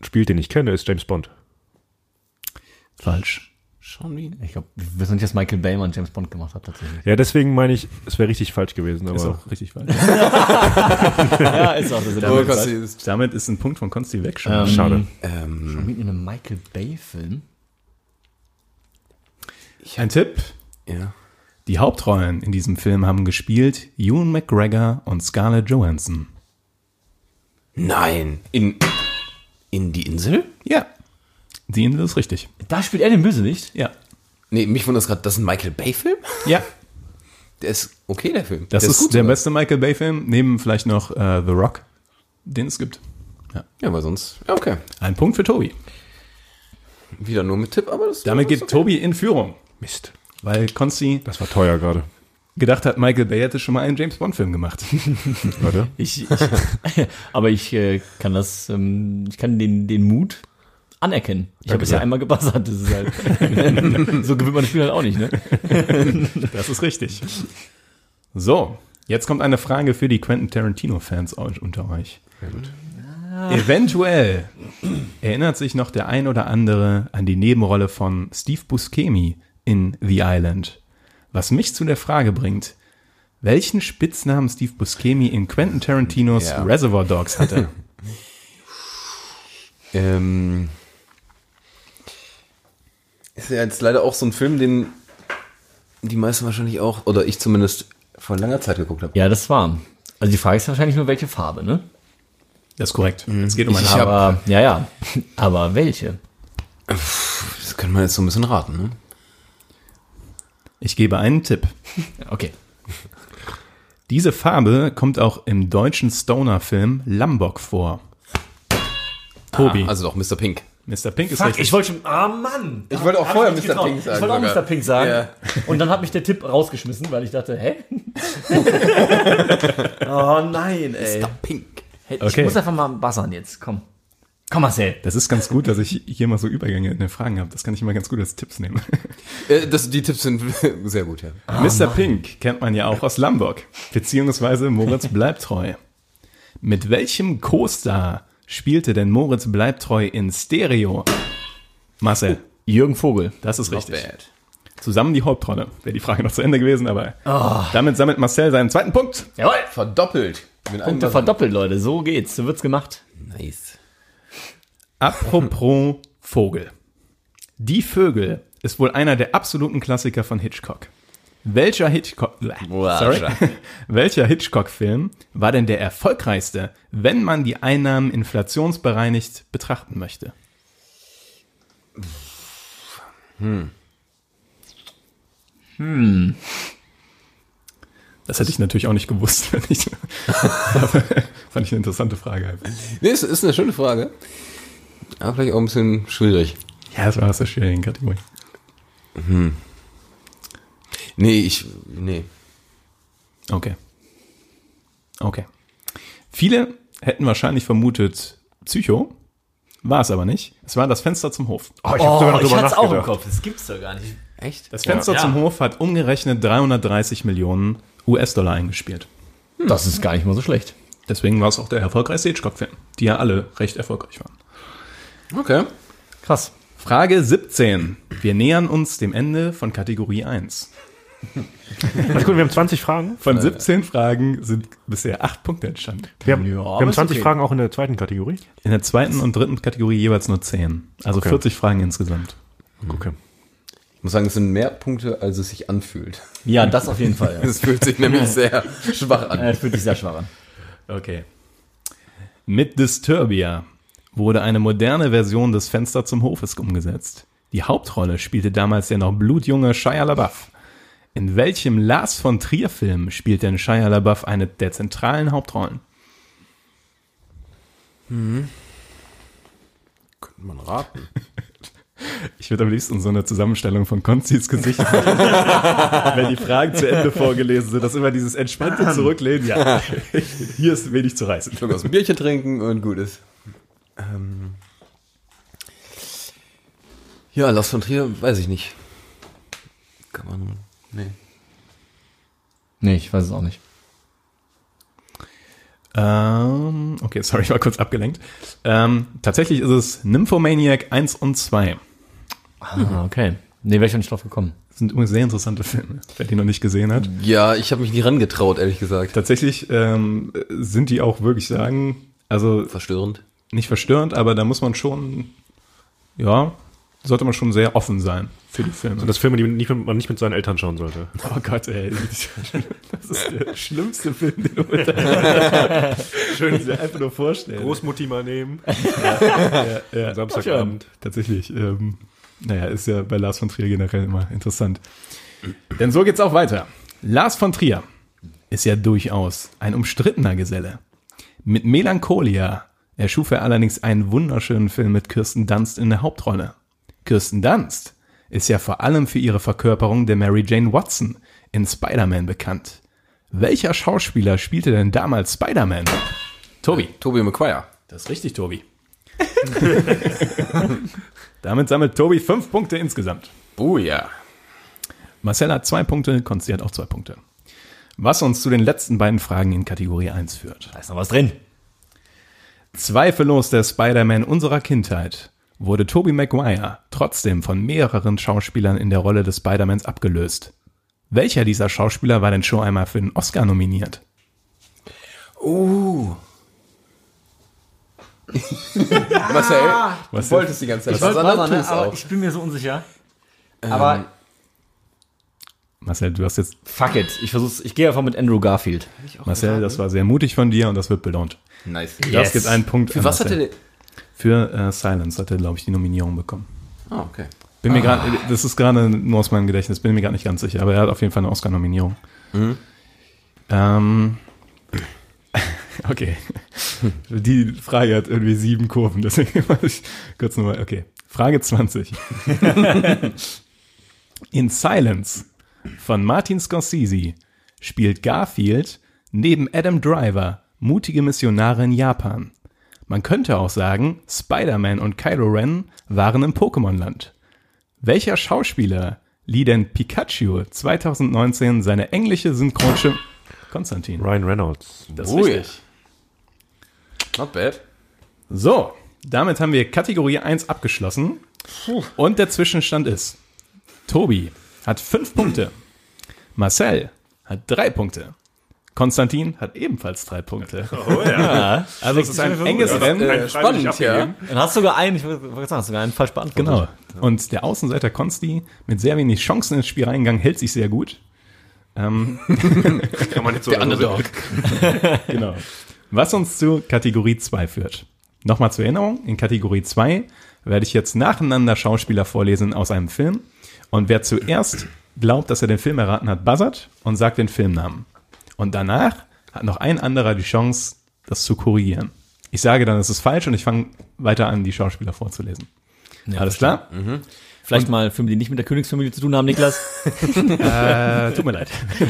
Speaker 6: spielt, den ich kenne, ist James Bond.
Speaker 1: Falsch.
Speaker 5: Sean Bean.
Speaker 7: Ich glaube, wir wissen nicht, dass Michael Bay mal einen James Bond gemacht hat, tatsächlich.
Speaker 6: Ja, deswegen meine ich, es wäre richtig falsch gewesen.
Speaker 1: Ist
Speaker 6: Aber
Speaker 1: auch richtig falsch.
Speaker 7: ja, ist auch. Das ist
Speaker 5: Oh,
Speaker 7: damit,
Speaker 5: Gott,
Speaker 7: Gott,
Speaker 5: sie ist-
Speaker 1: Damit ist ein Punkt von Konsti weg schon.
Speaker 6: schade.
Speaker 5: ähm,
Speaker 7: mit einem Michael Bay-Film.
Speaker 1: Ein Tipp.
Speaker 5: ja.
Speaker 1: Die Hauptrollen in diesem Film haben gespielt Ewan McGregor und Scarlett Johansson.
Speaker 5: Nein. In, in die Insel?
Speaker 1: Ja. Die Insel ist richtig.
Speaker 7: Da spielt er den Bösewicht.
Speaker 1: Ja.
Speaker 5: Nee, mich wundert es gerade, das ist ein Michael Bay-Film?
Speaker 1: Ja.
Speaker 5: Der ist okay, der Film.
Speaker 1: Das
Speaker 5: der
Speaker 1: ist,
Speaker 5: gut
Speaker 1: der
Speaker 5: sogar.
Speaker 1: beste Michael Bay-Film, neben vielleicht noch äh, The Rock, den es gibt.
Speaker 5: Ja, weil sonst. Ja, okay.
Speaker 1: Ein Punkt für Tobi.
Speaker 5: Wieder nur mit Tipp, aber das
Speaker 1: Damit
Speaker 5: das
Speaker 1: geht Tobi in Führung,
Speaker 6: Mist.
Speaker 1: weil Konsti
Speaker 6: Das war teuer gerade.
Speaker 1: gedacht hat, Michael Bay hätte schon mal einen James Bond-Film gemacht.
Speaker 6: Warte.
Speaker 7: Ich, ich, aber ich äh, kann das, ähm, ich kann den, den Mut anerkennen. Ich habe es ja
Speaker 6: sehr.
Speaker 7: einmal gebuzzert. Das ist halt, so gewinnt man das Spiel halt auch nicht, ne?
Speaker 1: Das ist richtig. So, jetzt kommt eine Frage für die Quentin Tarantino-Fans au- unter euch. Eventuell erinnert sich noch der ein oder andere an die Nebenrolle von Steve Buscemi in The Island. Was mich zu der Frage bringt, welchen Spitznamen Steve Buscemi in Quentin Tarantinos
Speaker 5: Ja.
Speaker 1: Reservoir Dogs hatte.
Speaker 5: Ähm, ist ja jetzt leider auch so ein Film, den die meisten wahrscheinlich auch, oder ich zumindest vor langer Zeit geguckt habe.
Speaker 7: Ja, das war. Also die Frage ist wahrscheinlich nur, welche Farbe, ne?
Speaker 1: Das ist korrekt. Es geht um einen
Speaker 5: Ich hab-
Speaker 7: Aber, ja, ja. Aber welche?
Speaker 5: Das kann man jetzt so ein bisschen raten, ne?
Speaker 1: Ich gebe einen Tipp.
Speaker 7: Okay.
Speaker 1: Diese Farbe kommt auch im deutschen Stoner-Film Lambok vor. Tobi,
Speaker 5: Also doch, Mr. Pink.
Speaker 1: Mr. Pink ist
Speaker 7: Ah, Fuck,
Speaker 1: richtig.
Speaker 7: ich wollte schon. Ah, Mann! Ich
Speaker 5: wollte auch vorher Mr. Pink sagen
Speaker 7: Ich wollte auch
Speaker 5: sogar.
Speaker 7: Mr. Pink sagen.
Speaker 5: Ja.
Speaker 7: Und dann hat mich der Tipp rausgeschmissen, weil ich dachte, hä? oh nein, ey.
Speaker 5: Pink.
Speaker 1: Okay.
Speaker 7: Ich muss einfach mal buzzern jetzt. Komm. Komm, Marcel.
Speaker 1: Das ist ganz gut, dass ich hier mal so Übergänge in den Fragen habe. Das kann ich immer ganz gut als Tipps nehmen.
Speaker 5: Äh, das, die Tipps sind sehr gut, ja.
Speaker 7: Ah,
Speaker 1: Mr. Pink kennt man ja auch aus Lamborg, beziehungsweise Moritz bleibt treu. Mit welchem Co-Star spielte denn Moritz bleibt treu in Stereo? Marcel,
Speaker 7: Oh. Jürgen Vogel.
Speaker 1: das ist richtig. Zusammen die Hauptrolle. Wäre die Frage noch zu Ende gewesen, aber
Speaker 7: Oh.
Speaker 1: damit sammelt Marcel seinen zweiten Punkt.
Speaker 7: Jawohl!
Speaker 5: Verdoppelt. Mit einem
Speaker 7: Punkte
Speaker 5: Wasser-
Speaker 7: verdoppelt, Leute. So geht's. So wird's gemacht.
Speaker 5: Nice.
Speaker 1: Apropos Vogel. Die Vögel ist wohl einer der absoluten Klassiker von Hitchcock. Welcher Hitchcock, sorry, welcher Hitchcock-Film war denn der erfolgreichste, wenn man die Einnahmen inflationsbereinigt betrachten möchte? Hm. Das hätte ich natürlich auch nicht gewusst. Wenn ich, aber fand ich eine interessante Frage.
Speaker 5: Nee, ist, ist eine schöne Frage. Aber vielleicht auch ein bisschen schwierig.
Speaker 1: Ja, das war aus der schwierigen Kategorie.
Speaker 5: Nee, ich. Nee.
Speaker 1: Okay. Okay. Viele hätten wahrscheinlich vermutet Psycho, war es aber nicht. Es war das Fenster zum Hof.
Speaker 6: Oh, ich hab sogar noch
Speaker 7: ich
Speaker 6: drüber
Speaker 7: hatte es auch im
Speaker 6: nachgedacht.
Speaker 7: Kopf. Das gibt's doch gar nicht.
Speaker 5: Echt?
Speaker 1: Das Fenster
Speaker 7: Ja.
Speaker 1: zum Hof hat umgerechnet 330 Millionen US-Dollar eingespielt.
Speaker 7: Das ist gar nicht mal so schlecht.
Speaker 1: Deswegen war es auch der erfolgreichste Hitchcock-Film, die ja alle recht erfolgreich waren.
Speaker 5: Okay.
Speaker 7: Krass.
Speaker 1: Frage 17. Wir nähern uns dem Ende von Kategorie 1.
Speaker 6: Also gut, wir haben 20 Fragen.
Speaker 1: Von 17 Fragen sind bisher 8 Punkte entstanden.
Speaker 6: Wir haben, wir
Speaker 7: aber
Speaker 6: haben
Speaker 7: ist
Speaker 6: 20
Speaker 7: okay.
Speaker 6: Fragen auch in der zweiten Kategorie.
Speaker 1: In der zweiten und dritten Kategorie jeweils nur 10. Also 40 Fragen insgesamt.
Speaker 6: Okay.
Speaker 5: Ich muss sagen, es sind mehr Punkte, als es sich anfühlt.
Speaker 7: Ja, das auf jeden Fall. ja.
Speaker 5: Es fühlt sich nämlich sehr schwach an.
Speaker 7: Das fühlt sich sehr schwach an.
Speaker 1: Okay. Mit Disturbia wurde eine moderne Version des Fenster zum Hofes umgesetzt. Die Hauptrolle spielte damals der noch blutjunge Shia LaBeouf. In welchem Lars von Trier-Film spielt denn Shia LaBeouf eine der zentralen Hauptrollen?
Speaker 5: Könnte man raten.
Speaker 1: Ich würde am liebsten so eine Zusammenstellung von Konzis Gesicht machen, wenn die Fragen zu Ende vorgelesen sind, dass immer dieses entspannte Zurücklehnen, ja, hier ist wenig zu reißen.
Speaker 5: Schluck aus dem Bierchen trinken und gut ist. Ähm. Ja, Lars von Trier, weiß ich nicht. Kann man. Nee.
Speaker 7: Nee, ich weiß es auch nicht.
Speaker 1: Ähm, okay, sorry, ich war kurz abgelenkt. Ähm, tatsächlich ist es Nymphomaniac 1 und 2.
Speaker 7: Ah, okay. Nee, wäre ich nicht drauf gekommen.
Speaker 1: Das sind übrigens sehr interessante Filme, wer die noch nicht gesehen hat.
Speaker 5: Ja, ich habe mich nie rangetraut, ehrlich gesagt.
Speaker 1: Tatsächlich ähm, sind die auch, wirklich sagen, also
Speaker 5: Verstörend.
Speaker 1: nicht verstörend, aber da muss man schon, ja, sollte man schon sehr offen sein für die Filme.
Speaker 6: Und das Filme, die man nicht, mit- man nicht mit seinen Eltern schauen sollte.
Speaker 1: oh Gott, ey. Das ist der schlimmste Film, den du Schön, dir einfach nur vorstellen.
Speaker 6: Großmutti mal nehmen.
Speaker 1: ja.
Speaker 6: Samstagabend.
Speaker 1: Tatsächlich. Ähm, naja, ist ja bei Lars von Trier generell immer interessant. Denn so geht's auch weiter. Lars von Trier ist ja durchaus ein umstrittener Geselle. Mit Melancholia erschuf er allerdings einen wunderschönen Film mit Kirsten Dunst in der Hauptrolle. Kirsten Dunst ist ja vor allem für ihre Verkörperung der Mary Jane Watson in Spider-Man bekannt. Welcher Schauspieler spielte denn damals Spider-Man? Tobi.
Speaker 5: Tobi McQuire.
Speaker 1: Das ist richtig, Tobi. Damit sammelt Tobi fünf Punkte insgesamt.
Speaker 5: Oh ja.
Speaker 1: Marcel hat zwei Punkte, Konsti hat auch zwei Punkte. Was uns zu den letzten beiden Fragen in Kategorie 1 führt.
Speaker 7: Da ist noch was drin.
Speaker 1: Zweifellos der Spider-Man unserer Kindheit wurde Toby Maguire trotzdem von mehreren Schauspielern in der Rolle des Spider-Mans abgelöst. Welcher dieser Schauspieler war denn schon einmal für den Oscar nominiert?
Speaker 5: Oh. Marcel, du wolltest die ganze Zeit. Ich
Speaker 7: aber ich bin mir so Ähm, unsicher. Aber
Speaker 1: Marcel, du hast jetzt
Speaker 7: fuck it. Ich versuch's. Ich gehe einfach mit Andrew Garfield.
Speaker 1: Marcel, das war sehr mutig von dir und das wird belohnt.
Speaker 5: Nice.
Speaker 1: Das gibt einen Punkt.
Speaker 5: Für was hat
Speaker 1: Marcel.
Speaker 5: er denn?
Speaker 1: Für äh, Silence hat er, glaube ich, die Nominierung bekommen.
Speaker 5: Ah, okay.
Speaker 1: Bin mir gerade, das ist gerade nur aus meinem Gedächtnis, bin mir gerade nicht ganz sicher, aber er hat auf jeden Fall eine Oscar-Nominierung.
Speaker 5: Mhm.
Speaker 1: Ähm, okay. Die Frage hat irgendwie sieben Kurven, deswegen muss ich kurz nochmal, okay. Frage 20. In Silence von Martin Scorsese spielt Garfield neben Adam Driver mutige Missionare in Japan. Man könnte auch sagen, Spider-Man und Kylo Ren waren im Pokémon-Land. Welcher Schauspieler lieh denn Pikachu 2019 seine englische Synchronstimme? Konstantin.
Speaker 6: Ryan Reynolds.
Speaker 1: Das
Speaker 5: Ui. Oh Not bad.
Speaker 1: So, damit haben wir Kategorie 1 abgeschlossen. Und der Zwischenstand ist: Tobi hat 5 Punkte, Marcel hat 3 Punkte, Konstantin hat ebenfalls 3 Punkte.
Speaker 6: Oh ja.
Speaker 1: Also, es ist ein enges
Speaker 6: Ja, das-
Speaker 1: Rennen.
Speaker 6: äh, Freiwillig
Speaker 5: Spannend, ja.
Speaker 7: Und hast sogar einen, ich wollte gerade sagen, hast sogar einen falsch beantwortet.
Speaker 1: Genau. Und der Außenseiter Konsti mit sehr wenig Chancen ins Spiel reingegangen, hält sich sehr gut.
Speaker 6: Kann man jetzt so
Speaker 5: Der
Speaker 6: oder so
Speaker 5: Underdog.
Speaker 1: Genau. Was uns zu Kategorie 2 führt. Nochmal zur Erinnerung, in Kategorie 2 werde ich jetzt nacheinander Schauspieler vorlesen aus einem Film. Und wer zuerst glaubt, dass er den Film erraten hat, buzzert und sagt den Filmnamen. Und danach hat noch ein anderer die Chance, das zu korrigieren. Ich sage dann, es ist falsch und ich fange weiter an, die Schauspieler vorzulesen. Alles klar?
Speaker 7: Vielleicht mal Filme, die nicht mit der Königsfamilie zu tun haben, Niklas.
Speaker 1: Äh, tut mir leid.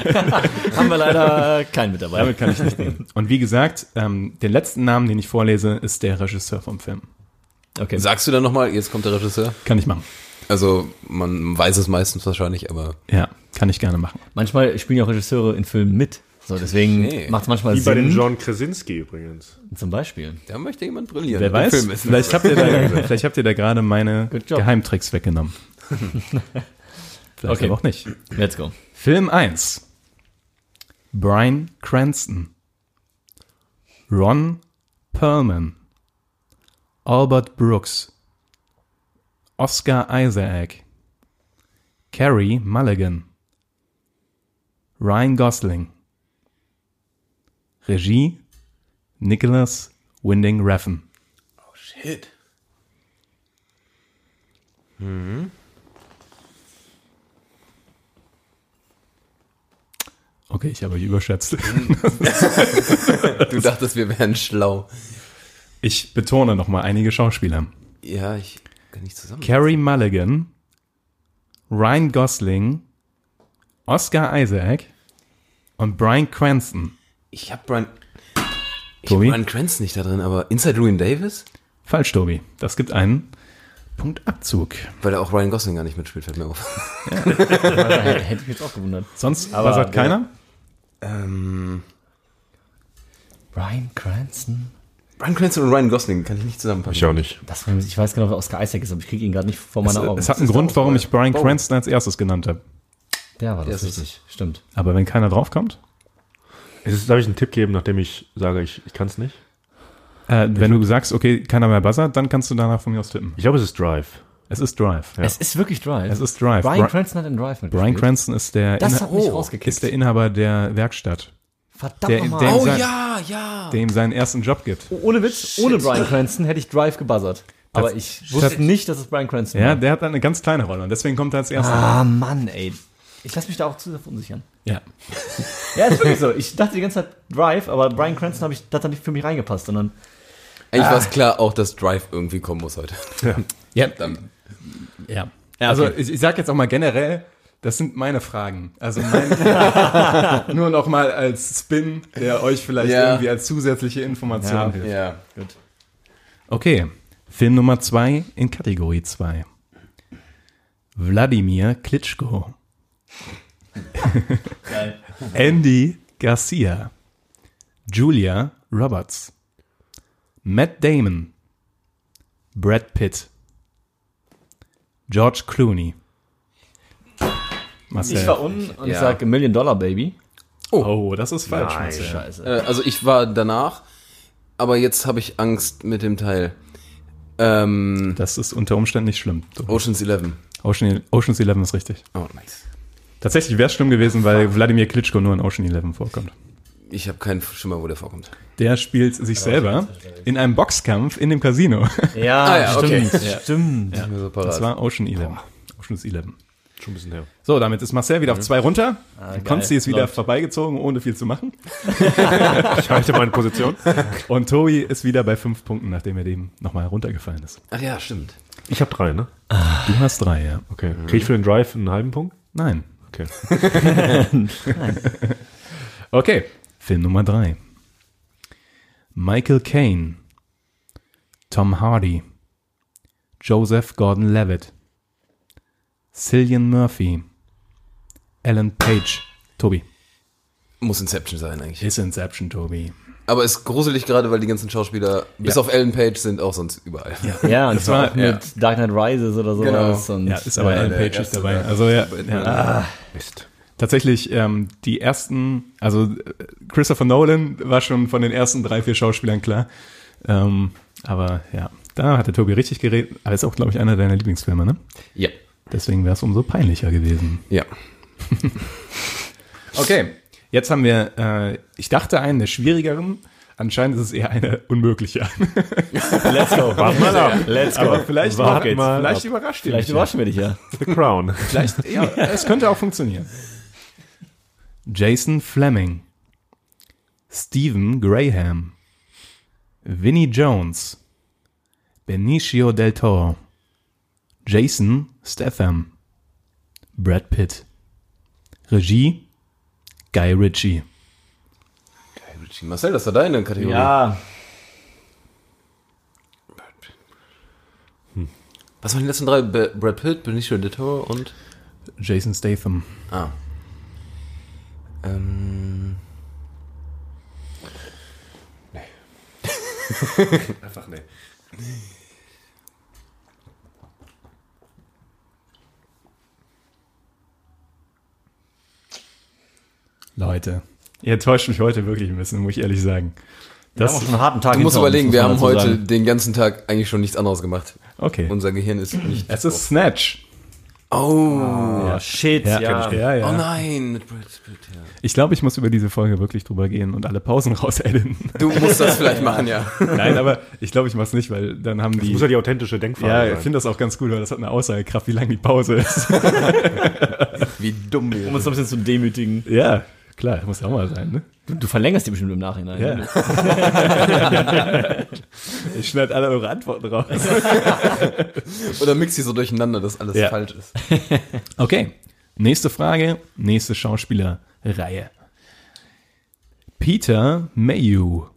Speaker 7: haben wir leider äh, keinen mit dabei.
Speaker 1: Damit kann ich nicht nehmen. Und wie gesagt, ähm, den letzten Namen, den ich vorlese, ist der Regisseur vom Film.
Speaker 7: Okay.
Speaker 5: Sagst du dann nochmal, jetzt kommt der Regisseur?
Speaker 1: Kann ich machen.
Speaker 5: Also, man weiß es meistens wahrscheinlich, aber
Speaker 1: Ja, kann ich gerne machen.
Speaker 7: Manchmal spielen ja auch Regisseure in Filmen mit. So, deswegen
Speaker 5: Nee.
Speaker 7: macht es manchmal
Speaker 6: Wie bei
Speaker 7: Sinn.
Speaker 6: den John Krasinski übrigens.
Speaker 7: zum Beispiel.
Speaker 5: da möchte jemand brillieren.
Speaker 1: Wer
Speaker 5: mit dem
Speaker 1: weiß,
Speaker 5: Film ist es.
Speaker 1: vielleicht
Speaker 5: Genau.
Speaker 1: habt, ihr da, vielleicht habt ihr da gerade meine
Speaker 7: Good job.
Speaker 1: Geheimtricks weggenommen. vielleicht
Speaker 7: Okay.
Speaker 1: aber auch nicht.
Speaker 7: Let's go.
Speaker 1: Film 1. Brian Cranston. Ron Perlman. Albert Brooks. Oscar Isaac. Carrie Mulligan. Ryan Gosling. Regie Nicholas Winding Refn.
Speaker 5: Shit.
Speaker 1: Okay, ich habe euch überschätzt.
Speaker 5: Du dachtest, wir wären schlau.
Speaker 1: Ich betone nochmal einige Schauspieler.
Speaker 5: Ja, ich kann nicht zusammen.
Speaker 1: Carrie Mulligan, Ryan Gosling, Oscar Isaac und Brian Cranston.
Speaker 5: Ich hab Brian, ich hab
Speaker 1: Tobi?
Speaker 5: Brian Cranston nicht da drin, aber Inside Ruin Davis?
Speaker 1: Falsch, Tobi. Das gibt einen Punktabzug.
Speaker 5: Weil da auch Ryan Gosling gar nicht mitspielt, fällt mir auf.
Speaker 7: Hätte ich mich jetzt auch gewundert.
Speaker 1: Sonst
Speaker 7: Aber
Speaker 1: was hat
Speaker 7: der-
Speaker 1: keiner?
Speaker 5: Ähm,
Speaker 7: Brian Cranston?
Speaker 5: Brian Cranston und Ryan Gosling kann ich nicht zusammenpacken.
Speaker 6: Ich auch nicht.
Speaker 7: Das, war- ich weiß genau, wer Oscar Isaac ist, aber ich kriege ihn gerade nicht vor
Speaker 1: Es,
Speaker 7: meine Augen.
Speaker 1: es hat einen Grund, warum ich Brian Cranston als erstes genannt habe.
Speaker 7: Der war das
Speaker 5: Der ist es.
Speaker 7: richtig. Stimmt.
Speaker 1: Aber wenn keiner draufkommt,
Speaker 6: Ist es, darf ich einen Tipp geben, nachdem ich sage, ich, ich kann es nicht?
Speaker 1: äh, wenn du sagst, okay, keiner mehr buzzert, dann kannst du danach von mir aus tippen.
Speaker 6: Ich glaube, es ist Drive.
Speaker 1: Es ist Drive.
Speaker 7: Es ist wirklich Drive.
Speaker 1: Es ist Drive.
Speaker 7: Brian
Speaker 1: Bri-
Speaker 7: Cranston hat in Drive mit.
Speaker 1: Brian Cranston ist der,
Speaker 7: Das
Speaker 1: Inha-
Speaker 7: hat mich
Speaker 1: Oh.
Speaker 7: rausgekickt.
Speaker 1: ist der Inhaber der Werkstatt,
Speaker 7: Verdammt
Speaker 1: der-
Speaker 7: nochmal. Oh,
Speaker 1: der-
Speaker 5: Oh
Speaker 1: Sein-
Speaker 5: ja, ja. Oh.
Speaker 1: der ihm seinen ersten Job gibt.
Speaker 7: ohne Witz, ohne Brian Cranston hätte ich Drive gebuzzert. Aber ich wusste nicht, dass es Brian Cranston
Speaker 1: Ja,
Speaker 7: war.
Speaker 1: der hat eine ganz kleine Rolle und deswegen kommt er als erster.
Speaker 7: Ah, Mann, ey. Ich lasse mich da auch zu sehr verunsichern.
Speaker 1: Ja.
Speaker 7: Ja, ist wirklich so. Ich dachte die ganze Zeit Drive, aber Brian Cranston habe ich, das hat nicht für mich reingepasst, sondern
Speaker 5: Eigentlich war es klar, auch dass Drive irgendwie kommen muss heute.
Speaker 1: Ja,
Speaker 5: Dann,
Speaker 1: Ja. Also ich, ich sage jetzt auch mal generell, das sind meine Fragen. Also mein, nur noch mal als Spin, der euch vielleicht
Speaker 5: Ja.
Speaker 1: irgendwie als zusätzliche Information
Speaker 7: Ja.
Speaker 1: hilft.
Speaker 5: ja.
Speaker 1: Okay, Film Nummer 2 in Kategorie 2. Wladimir Klitschko. Andy Garcia. Julia Roberts. Matt Damon. Brad Pitt. George Clooney. Marcel.
Speaker 7: ich war unten und
Speaker 5: Ja.
Speaker 7: sage Million Dollar Baby.
Speaker 1: oh, das ist falsch.
Speaker 6: Nein.
Speaker 1: Marcel.
Speaker 7: Scheiße.
Speaker 5: Äh, Also ich war danach, aber jetzt habe ich Angst mit dem Teil. Ähm,
Speaker 1: Das ist unter Umständen nicht schlimm.
Speaker 5: Ocean's Eleven.
Speaker 1: Ocean, Ocean's Eleven ist richtig.
Speaker 5: Oh, nice.
Speaker 1: Tatsächlich wäre es schlimm gewesen, weil Wladimir Klitschko nur in Ocean Eleven vorkommt.
Speaker 5: Ich habe keinen Schimmer, wo der vorkommt.
Speaker 1: Der spielt sich selber in einem Boxkampf in dem Casino.
Speaker 7: Ja,
Speaker 5: Ah, ja, okay.
Speaker 7: stimmt. Stimmt.
Speaker 5: Ist mir so
Speaker 1: Das
Speaker 5: parat.
Speaker 1: war Ocean Eleven. Ocean's Eleven.
Speaker 6: Schon ein bisschen her.
Speaker 1: So, damit ist Marcel wieder auf zwei runter. Konsti
Speaker 7: Mhm. Ah, geil.
Speaker 1: ist wieder
Speaker 7: Läuft.
Speaker 1: vorbeigezogen, ohne viel zu machen.
Speaker 6: Ich halte meine Position.
Speaker 1: Und Tobi ist wieder bei fünf Punkten, nachdem er dem nochmal runtergefallen ist.
Speaker 5: Ach ja, stimmt.
Speaker 6: Ich habe drei, ne?
Speaker 1: Du hast drei, ja.
Speaker 6: Okay. Krieg ich für den Drive einen halben Punkt?
Speaker 1: Nein.
Speaker 6: Okay.
Speaker 1: Okay, Film Nummer drei. Michael Caine, Tom Hardy, Joseph Gordon-Levitt, Cillian Murphy, Alan Page. Tobi.
Speaker 5: Muss Inception sein eigentlich.
Speaker 1: Ist Inception, Tobi.
Speaker 5: Aber ist gruselig gerade, weil die ganzen Schauspieler, bis auf Ellen Page, sind auch sonst überall.
Speaker 7: Ja, und
Speaker 1: Das war-
Speaker 7: zwar mit Dark Knight Rises oder so.
Speaker 5: Genau.
Speaker 7: Und, äh,
Speaker 1: Ja, ist aber Alan
Speaker 5: der
Speaker 1: Page ist
Speaker 5: erste
Speaker 1: dabei.
Speaker 5: war-
Speaker 1: Also ja, ja.
Speaker 6: Mist.
Speaker 1: Tatsächlich, ähm, die ersten, also äh, Christopher Nolan war schon von den ersten drei, vier Schauspielern klar. Ähm, aber ja, da hat der Tobi richtig geredet. Aber ist auch, glaube ich, einer deiner Lieblingsfilme, ne?
Speaker 5: Ja.
Speaker 1: Deswegen wäre es umso peinlicher gewesen.
Speaker 5: Ja.
Speaker 1: Okay, jetzt haben wir, äh, ich dachte einen der schwierigeren, anscheinend ist es eher eine unmögliche.
Speaker 7: Let's go. Warte mal ab. Let's go.
Speaker 1: Aber vielleicht,
Speaker 7: Warte
Speaker 1: überrascht-
Speaker 6: mal
Speaker 1: vielleicht
Speaker 6: ab.
Speaker 1: überrascht ihr mich
Speaker 7: Vielleicht
Speaker 1: ja.
Speaker 7: überraschen wir dich ja.
Speaker 6: The Crown.
Speaker 1: Vielleicht, ja, es könnte auch funktionieren. Jason Fleming, Stephen Graham, Vinnie Jones, Benicio del Toro, Jason Statham, Brad Pitt, Regie Guy Ritchie.
Speaker 5: Marcel, das war deine Kategorie.
Speaker 7: Ja,
Speaker 5: Hm. Was waren die letzten drei? Be Brad Pitt, Benicio del Toro und...
Speaker 1: Jason Statham.
Speaker 5: Ah. Ähm,
Speaker 6: Einfach nee.
Speaker 1: Leute, ihr täuscht mich heute wirklich ein bisschen, muss ich ehrlich sagen. Das,
Speaker 7: wir haben auch schon einen harten Tag
Speaker 5: du musst
Speaker 7: hinter uns,
Speaker 5: überlegen,
Speaker 7: muss
Speaker 5: wir
Speaker 7: man
Speaker 5: haben
Speaker 7: dazu
Speaker 5: heute
Speaker 7: sagen.
Speaker 5: den ganzen Tag eigentlich schon nichts anderes gemacht.
Speaker 1: okay.
Speaker 5: Unser Gehirn ist nicht...
Speaker 1: Es ist Snatch.
Speaker 5: Oh,
Speaker 7: Oh, shit, ja.
Speaker 1: ja, ja.
Speaker 5: oh nein, mit Brad Pitt, ja.
Speaker 1: Ich glaube, ich muss über diese Folge wirklich drüber gehen und alle Pausen rausediten.
Speaker 5: Du musst das vielleicht machen, ja.
Speaker 1: Nein, aber ich glaube, ich mach's nicht, weil dann haben
Speaker 6: Das
Speaker 1: die.
Speaker 6: muss ja die authentische Denkfrage
Speaker 1: ja,
Speaker 6: sein.
Speaker 1: ich finde das auch ganz gut, weil das hat eine Aussagekraft, wie lang die Pause ist.
Speaker 5: Wie dumm wir
Speaker 7: Um uns ein bisschen zu demütigen.
Speaker 1: ja, klar, muss ja auch mal sein, ne?
Speaker 7: Du, du verlängerst die bestimmt im Nachhinein.
Speaker 1: Ja. ich schneide alle eure Antworten raus.
Speaker 5: Oder mix die so durcheinander, dass alles
Speaker 1: Ja.
Speaker 5: falsch ist.
Speaker 1: Okay, nächste Frage, nächste Schauspielerreihe. Peter Mayhew,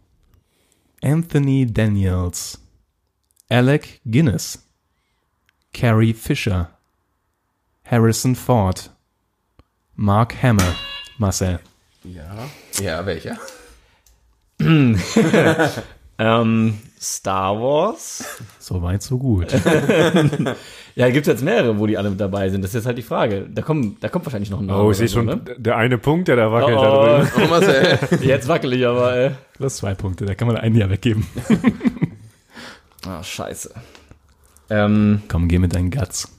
Speaker 1: Anthony Daniels, Alec Guinness, Carrie Fisher, Harrison Ford, Mark Hamill, Marcel.
Speaker 5: Ja, welcher?
Speaker 7: Ähm, Star Wars.
Speaker 1: Soweit, so gut.
Speaker 7: Ja, gibt es jetzt mehrere, wo die alle mit dabei sind. Das ist jetzt halt die Frage. Da, kommen, da kommt wahrscheinlich noch ein Name.
Speaker 6: Oh,
Speaker 7: oder
Speaker 6: ich sehe
Speaker 7: so,
Speaker 6: schon,
Speaker 7: ne?
Speaker 6: der eine Punkt, der da wackelt. da
Speaker 7: Oh,
Speaker 6: drüben.
Speaker 5: Oh, Marcel.
Speaker 7: jetzt wackel ich aber, ey.
Speaker 1: Du hast zwei Punkte, da kann man ein Jahr weggeben.
Speaker 7: Ah, scheiße. Ähm,
Speaker 1: Komm, geh mit deinen Guts.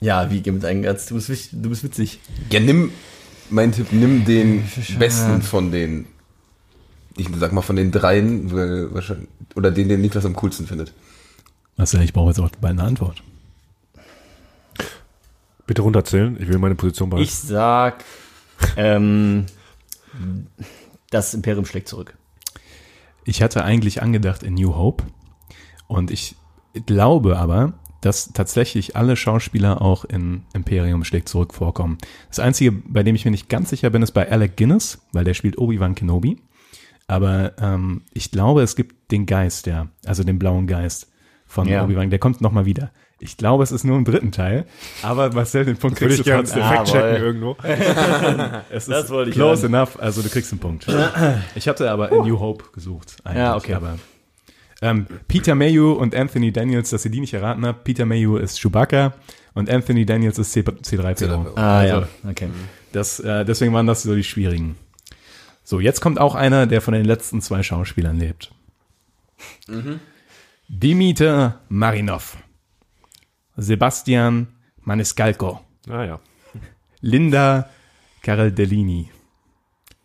Speaker 7: ja, wie geht mit deinem Ernst? Du bist, wich- du bist witzig.
Speaker 5: Ja, nimm, mein Tipp, nimm den besten von den, ich sag mal von den dreien, weil wahrscheinlich, oder den, den Niklas am coolsten findet.
Speaker 1: Marcel, ich brauche jetzt auch bald eine Antwort.
Speaker 6: Bitte runterzählen, ich will meine Position behalten.
Speaker 7: Ich sag, ähm, das Imperium schlägt zurück.
Speaker 1: Ich hatte eigentlich angedacht in New Hope. Und ich glaube aber, dass tatsächlich alle Schauspieler auch in Imperium schlägt zurück vorkommen. Das Einzige, bei dem ich mir nicht ganz sicher bin, ist bei Alec Guinness, weil der spielt Obi-Wan Kenobi. Aber ähm, ich glaube, es gibt den Geist, ja, also den blauen Geist von
Speaker 7: Ja.
Speaker 1: Obi-Wan, der kommt nochmal wieder. Ich glaube, es ist nur im dritten Teil, aber Marcel, den Punkt
Speaker 6: würde
Speaker 1: kriegst
Speaker 6: ich
Speaker 1: du
Speaker 6: gerne
Speaker 1: trotzdem.
Speaker 6: fact-checken irgendwo.
Speaker 1: Es
Speaker 7: Das wollte ich
Speaker 1: close enough, also du kriegst einen Punkt. Ich hatte aber in New Hope gesucht. eigentlich,
Speaker 7: Ja, okay.
Speaker 1: Aber, ähm, Peter Mayhew und Anthony Daniels, dass ihr die nicht erraten habt. Peter Mayhew ist Chewbacca und Anthony Daniels ist C- C3PO.
Speaker 5: C3PO.
Speaker 7: Ah, ja, okay.
Speaker 1: Also, Das, äh, deswegen waren das so die schwierigen. So, jetzt kommt auch einer, der von den letzten zwei Schauspielern lebt. Dimitar Marinov, Sebastian Maniscalco,
Speaker 6: Ah ja.
Speaker 1: Linda Caraldellini,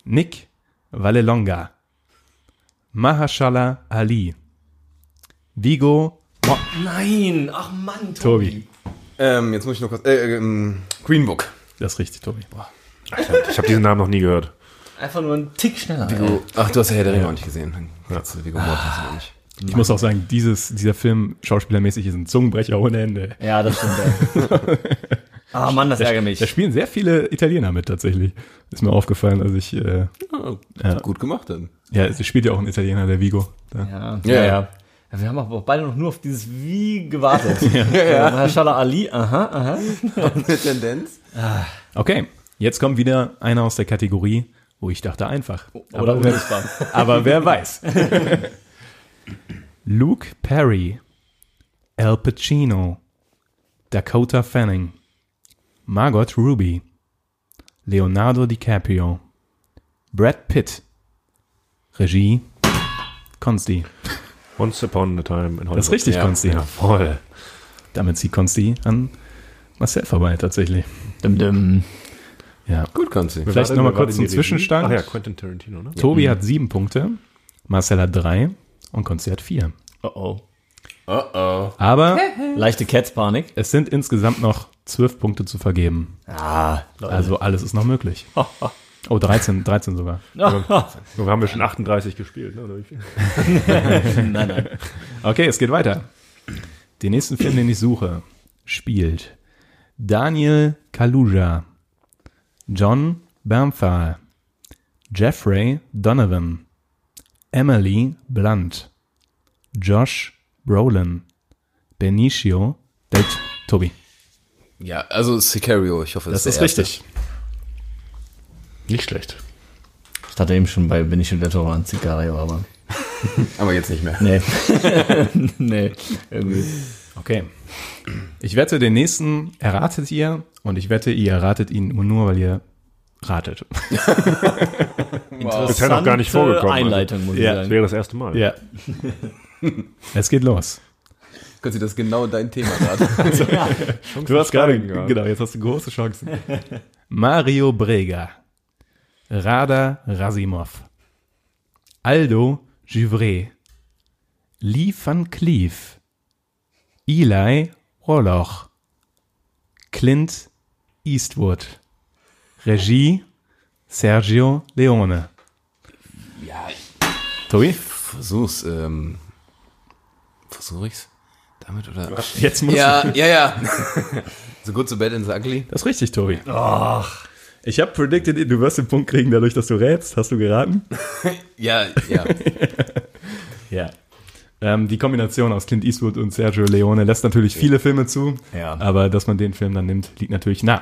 Speaker 1: Nick Vallelonga, Mahashala Ali, Vigo Mo
Speaker 7: Nein, ach Mann,
Speaker 1: Tobi.
Speaker 5: Ähm, jetzt muss ich noch kurz. Äh, ähm, Green Book.
Speaker 1: Das ist richtig, Tobi. Boah.
Speaker 6: Ich habe diesen Namen noch nie gehört.
Speaker 7: Einfach nur einen Tick schneller.
Speaker 5: Du, Oh. ach, du hast ja Herr der Ringe auch nicht gesehen. Dann kannst du Viggo Mortensen auch nicht.
Speaker 1: Ich muss auch sagen, dieses, dieser Film schauspielermäßig ist ein Zungenbrecher ohne Ende.
Speaker 7: Ja, das stimmt. ey. Ah Mann, das ärgert mich.
Speaker 1: Da spielen sehr viele Italiener mit tatsächlich. Ist mir aufgefallen, als ich äh,
Speaker 5: Ja. Gut gemacht dann.
Speaker 1: ja, es spielt ja auch ein Italiener, der Vigo. Da.
Speaker 7: Ja,
Speaker 5: Ja.
Speaker 7: ja, ja. Ja, Wir haben aber auch beide noch nur auf dieses Wie gewartet. ja, ja. Herr Schala Ali, aha, ah, aha.
Speaker 5: Eine Tendenz.
Speaker 1: Okay, jetzt kommt wieder einer aus der Kategorie, wo ich dachte einfach.
Speaker 7: Oder
Speaker 1: aber, wer,
Speaker 7: unlösbar.
Speaker 1: aber wer weiß. Luke Perry, Al Pacino, Dakota Fanning, Margot Ruby, Leonardo DiCaprio, Brad Pitt, Regie, Consti.
Speaker 6: Once Upon a Time in Hollywood.
Speaker 1: Das ist richtig,
Speaker 5: Ja,
Speaker 1: Consti.
Speaker 6: Ja, voll.
Speaker 1: Damit zieht Consti an Marcel vorbei, tatsächlich.
Speaker 7: Dum, dum.
Speaker 1: Ja.
Speaker 5: Gut, Konzi.
Speaker 1: Vielleicht
Speaker 6: Warte,
Speaker 1: nochmal
Speaker 6: wer war
Speaker 1: kurz
Speaker 6: denn
Speaker 1: einen
Speaker 6: die
Speaker 1: Zwischenstand.
Speaker 6: Regie? Ach ja, Quentin Tarantino, ne?
Speaker 1: Tobi hat sieben Punkte, Marcel hat drei und Konsti hat vier.
Speaker 7: Oh oh.
Speaker 1: Aber
Speaker 7: Leichte Cats-Panik.
Speaker 1: es sind insgesamt noch zwölf Punkte zu vergeben.
Speaker 7: Ah, Leute.
Speaker 1: Also alles ist noch möglich. Oh, 13, 13 sogar.
Speaker 6: Wir haben ja schon 38 gespielt, ne? Oder wie viel?
Speaker 7: nein, nein.
Speaker 1: Okay, es geht weiter. Den nächsten Film, den ich suche, spielt Daniel Kaluja, John Bernthal, Jeffrey Donovan, Emily Blunt, Josh Brolin, Benicio del Tobi.
Speaker 5: Ja, also Sicario, ich hoffe, es der erste.
Speaker 6: Nicht schlecht.
Speaker 7: Ich dachte eben schon bei Benicio del Toro an Zigario, aber
Speaker 5: Aber jetzt nicht mehr.
Speaker 7: nee. nee, irgendwie.
Speaker 1: Okay. Ich wette, den nächsten erratet ihr und ich wette, ihr erratet ihn nur, weil ihr ratet.
Speaker 6: Bisher halt noch gar nicht
Speaker 7: Interessante
Speaker 6: vorgekommen. also.
Speaker 7: Einleitung, muss
Speaker 1: Ja.
Speaker 7: ich
Speaker 6: Das
Speaker 7: sagen.
Speaker 6: wäre das erste Mal.
Speaker 1: Ja. es geht los.
Speaker 5: Konzi, das ist genau dein Thema gerade.
Speaker 1: Du hast gerade,
Speaker 6: gehabt.
Speaker 1: genau, jetzt hast du große Chancen. Mario Brega, Rada Rasimov, Aldo Givre, Lee van Cleef, Eli Orloch, Clint Eastwood, Regie Sergio Leone. Ja. Tobi,
Speaker 5: Versuch's, ähm. Versuch ich's? Damit oder?
Speaker 1: jetzt muss
Speaker 5: Ja, ja, ja. so gut, so bad and so ugly.
Speaker 1: Das ist richtig, Tobi. Ich habe predicted, du wirst den Punkt kriegen, dadurch, dass du rätst. Hast du geraten?
Speaker 5: Ja, ja.
Speaker 1: Ja. Ähm, die Kombination aus Clint Eastwood und Sergio Leone lässt natürlich viele Filme zu,
Speaker 7: Ja.
Speaker 1: aber dass man den Film dann nimmt, liegt natürlich nah.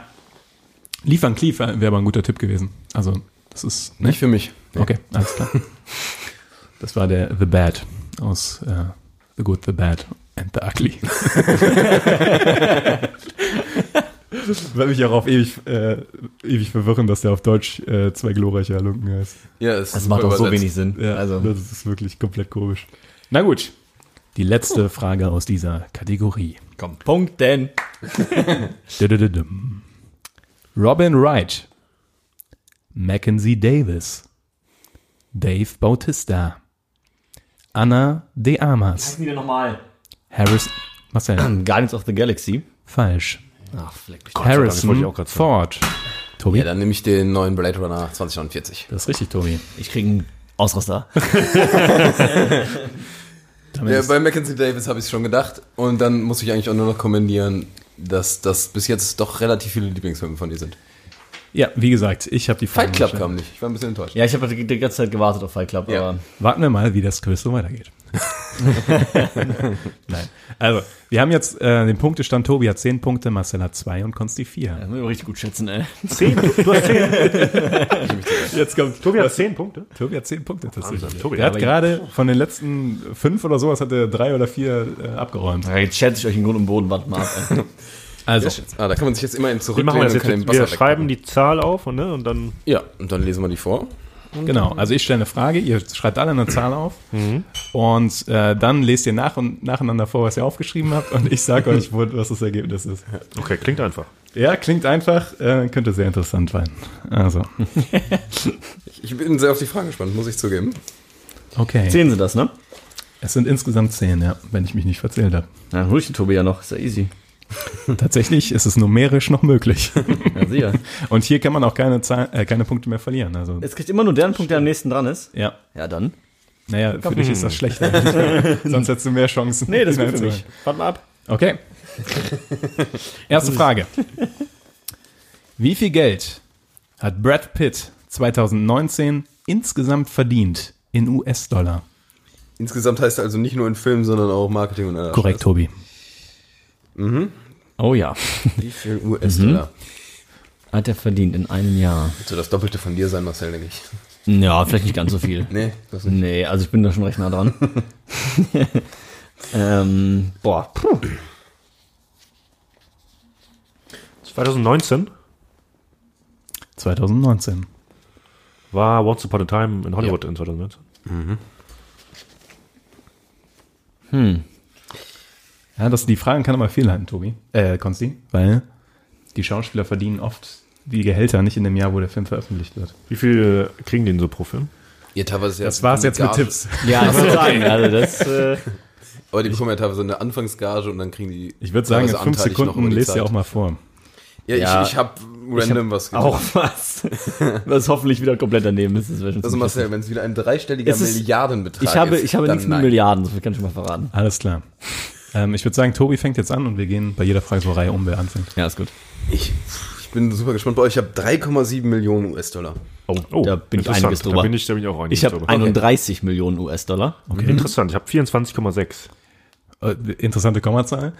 Speaker 1: Liefern Cleef äh, wäre aber ein guter Tipp gewesen. Also, das ist. Ne?
Speaker 5: Nicht für mich. Nee.
Speaker 1: Okay, alles klar. Das war der The Bad aus äh, The Good, The Bad and The Ugly. Wird mich auch auf ewig, äh, ewig verwirren, dass der auf Deutsch äh, zwei glorreiche Halunken heißt.
Speaker 5: Ja, es
Speaker 7: Das
Speaker 5: ist
Speaker 7: macht
Speaker 5: super
Speaker 7: auch so
Speaker 5: übersetzt.
Speaker 7: wenig Sinn.
Speaker 1: Ja, also.
Speaker 7: Also,
Speaker 1: das ist wirklich komplett komisch. Na gut, die letzte Frage aus dieser Kategorie.
Speaker 7: komm, Punkt, denn.
Speaker 1: Dü-dü-dü-düm. Robin Wright, Mackenzie Davis, Dave Bautista, Anna De Amas,
Speaker 7: Wieder nochmal.
Speaker 1: Harris, Marcel,
Speaker 7: Guardians of the Galaxy.
Speaker 1: falsch,
Speaker 7: Ach, fleck mich.
Speaker 6: wollte ich
Speaker 1: Harrison
Speaker 6: auch grad sagen.
Speaker 1: Ford. Tobi,
Speaker 5: Ja, dann nehme ich den neuen Blade Runner 2049.
Speaker 1: das ist richtig, Tobi.
Speaker 7: Ich kriege einen Ausraster.
Speaker 1: Damit
Speaker 5: Ja,
Speaker 1: ist-
Speaker 5: bei Mackenzie Davis habe ich es schon gedacht. Und dann muss ich eigentlich auch nur noch kommentieren, dass das bis jetzt doch relativ viele Lieblingsfilme von dir sind.
Speaker 1: ja, wie gesagt, ich habe die Frage
Speaker 5: Fight Club
Speaker 1: gestellt.
Speaker 5: kam nicht. Ich war ein bisschen enttäuscht.
Speaker 7: Ja, ich habe die die ganze Zeit gewartet auf Fight Club,
Speaker 5: Ja.
Speaker 7: aber
Speaker 1: Warten wir mal, wie das Quiz so weitergeht. Nein. Also, wir haben jetzt äh, den Punktestand. Tobi hat 10 Punkte, Marcel hat 2 und Konsti 4.
Speaker 7: das müssen wir richtig gut schätzen, ey.
Speaker 1: Jetzt kommt
Speaker 6: Tobi hat 10 Punkte.
Speaker 1: Tobi hat 10 Punkte tatsächlich.
Speaker 6: Wahnsinn, Tobi,
Speaker 1: er hat
Speaker 6: aber-
Speaker 1: gerade von den letzten 5 oder sowas hat er 3 oder 4 äh, abgeräumt.
Speaker 7: Ja, Jetzt schätze ich euch in Grund und Boden, warte mal ab. ey.
Speaker 1: Also,
Speaker 5: Ah, da kann man sich jetzt immer in
Speaker 6: Wie
Speaker 5: zurücklehnen
Speaker 6: machen wir das
Speaker 5: und
Speaker 6: jetzt?
Speaker 5: kann den
Speaker 6: wir
Speaker 5: Wasser
Speaker 6: schreiben die Zahl auf und, ne, und dann
Speaker 5: wegpacken. Ja, und dann lesen wir die vor.
Speaker 1: genau. Also, ich stelle eine Frage, ihr schreibt alle eine Zahl auf
Speaker 6: Mhm.
Speaker 1: und äh, dann lest ihr nach und nacheinander vor, was ihr aufgeschrieben habt und ich sage euch, wo, was das Ergebnis ist.
Speaker 6: Okay, klingt einfach.
Speaker 1: Ja, klingt einfach, äh, könnte sehr interessant sein. Also,
Speaker 5: Ich bin sehr auf die Fragen gespannt, muss ich zugeben.
Speaker 1: okay.
Speaker 7: Sehen Sie das, ne?
Speaker 1: Es sind insgesamt zehn, ja, wenn ich mich nicht verzählt habe.
Speaker 7: Dann hol ich den Tobi ja noch, ist ja easy.
Speaker 1: Tatsächlich ist es numerisch noch möglich.
Speaker 7: Ja, sicher.
Speaker 1: Und hier kann man auch keine, Zahl, äh, keine Punkte mehr verlieren. Also,
Speaker 7: Jetzt kriegt immer nur deren Punkt, der am nächsten dran ist.
Speaker 1: ja.
Speaker 7: Ja, dann.
Speaker 1: Naja, für dich ist das schlechter. Sonst hättest du mehr Chancen.
Speaker 7: ist
Speaker 1: Nein,
Speaker 7: gut
Speaker 1: zu
Speaker 7: mich. Warte mal ab.
Speaker 1: Okay. Erste Frage. Wie viel Geld hat Brad Pitt 2019 insgesamt verdient in US-Dollar?
Speaker 5: Insgesamt heißt er also nicht nur in Filmen, sondern auch Marketing und Also alles.
Speaker 1: Korrekt, Tobi.
Speaker 7: Oh ja.
Speaker 5: Wie viel US-Dollar?
Speaker 1: Mhm.
Speaker 7: Hat er verdient in einem Jahr.
Speaker 5: Wird so das Doppelte von dir sein, Marcel, denke ich.
Speaker 7: Ja, vielleicht nicht ganz so viel.
Speaker 5: Nee, das nicht.
Speaker 7: Nee, also ich bin da schon recht nah dran. ähm, boah, puh.
Speaker 6: 2019
Speaker 1: 2019.
Speaker 6: war Once Upon a Time in Hollywood in 2019.
Speaker 1: Ja, das, die Fragen kann aber fehlhalten, Tobi. Äh, Konsti. Weil die Schauspieler verdienen oft die Gehälter nicht in dem Jahr, wo der Film veröffentlicht wird.
Speaker 6: Wie viel kriegen die denn so pro Film?
Speaker 5: Ihr teilweise
Speaker 1: Das war's jetzt mit
Speaker 5: Gage.
Speaker 1: Tipps.
Speaker 7: Ja, ich würde sagen, also das, äh,
Speaker 5: Aber die bekommen ja teilweise eine Anfangsgage und dann kriegen die.
Speaker 1: Ich würde sagen, in
Speaker 5: teilweise
Speaker 1: fünf
Speaker 5: anteilig noch
Speaker 1: Sekunden
Speaker 5: über die
Speaker 1: lest ihr
Speaker 5: Zeit.
Speaker 1: auch mal vor.
Speaker 5: Ja,
Speaker 7: Ja.
Speaker 5: ich, ich habe random was gekriegt.
Speaker 7: auch was, was hoffentlich wieder komplett daneben ist. Das wäre schon
Speaker 5: Also
Speaker 7: ziemlich
Speaker 5: Marcel, wenn es wieder ein dreistelliger
Speaker 7: Es ist-
Speaker 5: Milliardenbetrag
Speaker 7: ich habe,
Speaker 5: ist,
Speaker 7: ich habe
Speaker 5: dann
Speaker 7: nichts mit
Speaker 5: nein.
Speaker 7: Milliarden, das kann ich schon mal verraten.
Speaker 1: Alles klar. Ähm, ich würde sagen, Tobi fängt jetzt an und wir gehen bei jeder Frage so Reihe um, wer anfängt.
Speaker 7: Ja, ist gut.
Speaker 5: Ich, ich bin super gespannt bei euch. Ich habe 3,7 Millionen US-Dollar.
Speaker 6: Oh, oh
Speaker 7: Da bin ich
Speaker 6: interessant.
Speaker 7: einiges drüber.
Speaker 6: Da bin ich, da bin ich auch einiges
Speaker 7: Ich habe
Speaker 6: drüber.
Speaker 7: 31 Millionen US-Dollar.
Speaker 6: Okay. Interessant, ich habe 24,6.
Speaker 1: äh, interessante Kommazahl.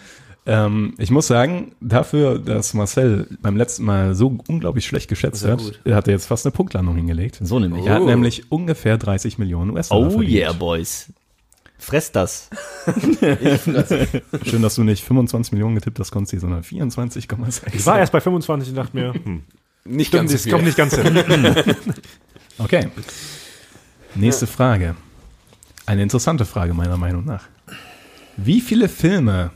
Speaker 1: Ähm, ich muss sagen, dafür, dass Marcel beim letzten Mal so unglaublich schlecht geschätzt hat, hat er jetzt fast eine Punktlandung hingelegt.
Speaker 7: So nämlich.
Speaker 1: Er hat
Speaker 5: Oh.
Speaker 1: nämlich ungefähr 30 Millionen US-Dollar.
Speaker 7: Oh
Speaker 1: verdient.
Speaker 7: yeah, Boys. Fress das.
Speaker 1: Schön, dass du nicht 25 Millionen getippt hast, Konsti, sondern 24,6.
Speaker 6: Ich war erst bei 25 und dachte mir, hm,
Speaker 5: Nicht ganz so
Speaker 6: das
Speaker 5: viel.
Speaker 6: kommt nicht ganz hin.
Speaker 1: Okay. Nächste Frage. Eine interessante Frage meiner Meinung nach. Wie viele Filme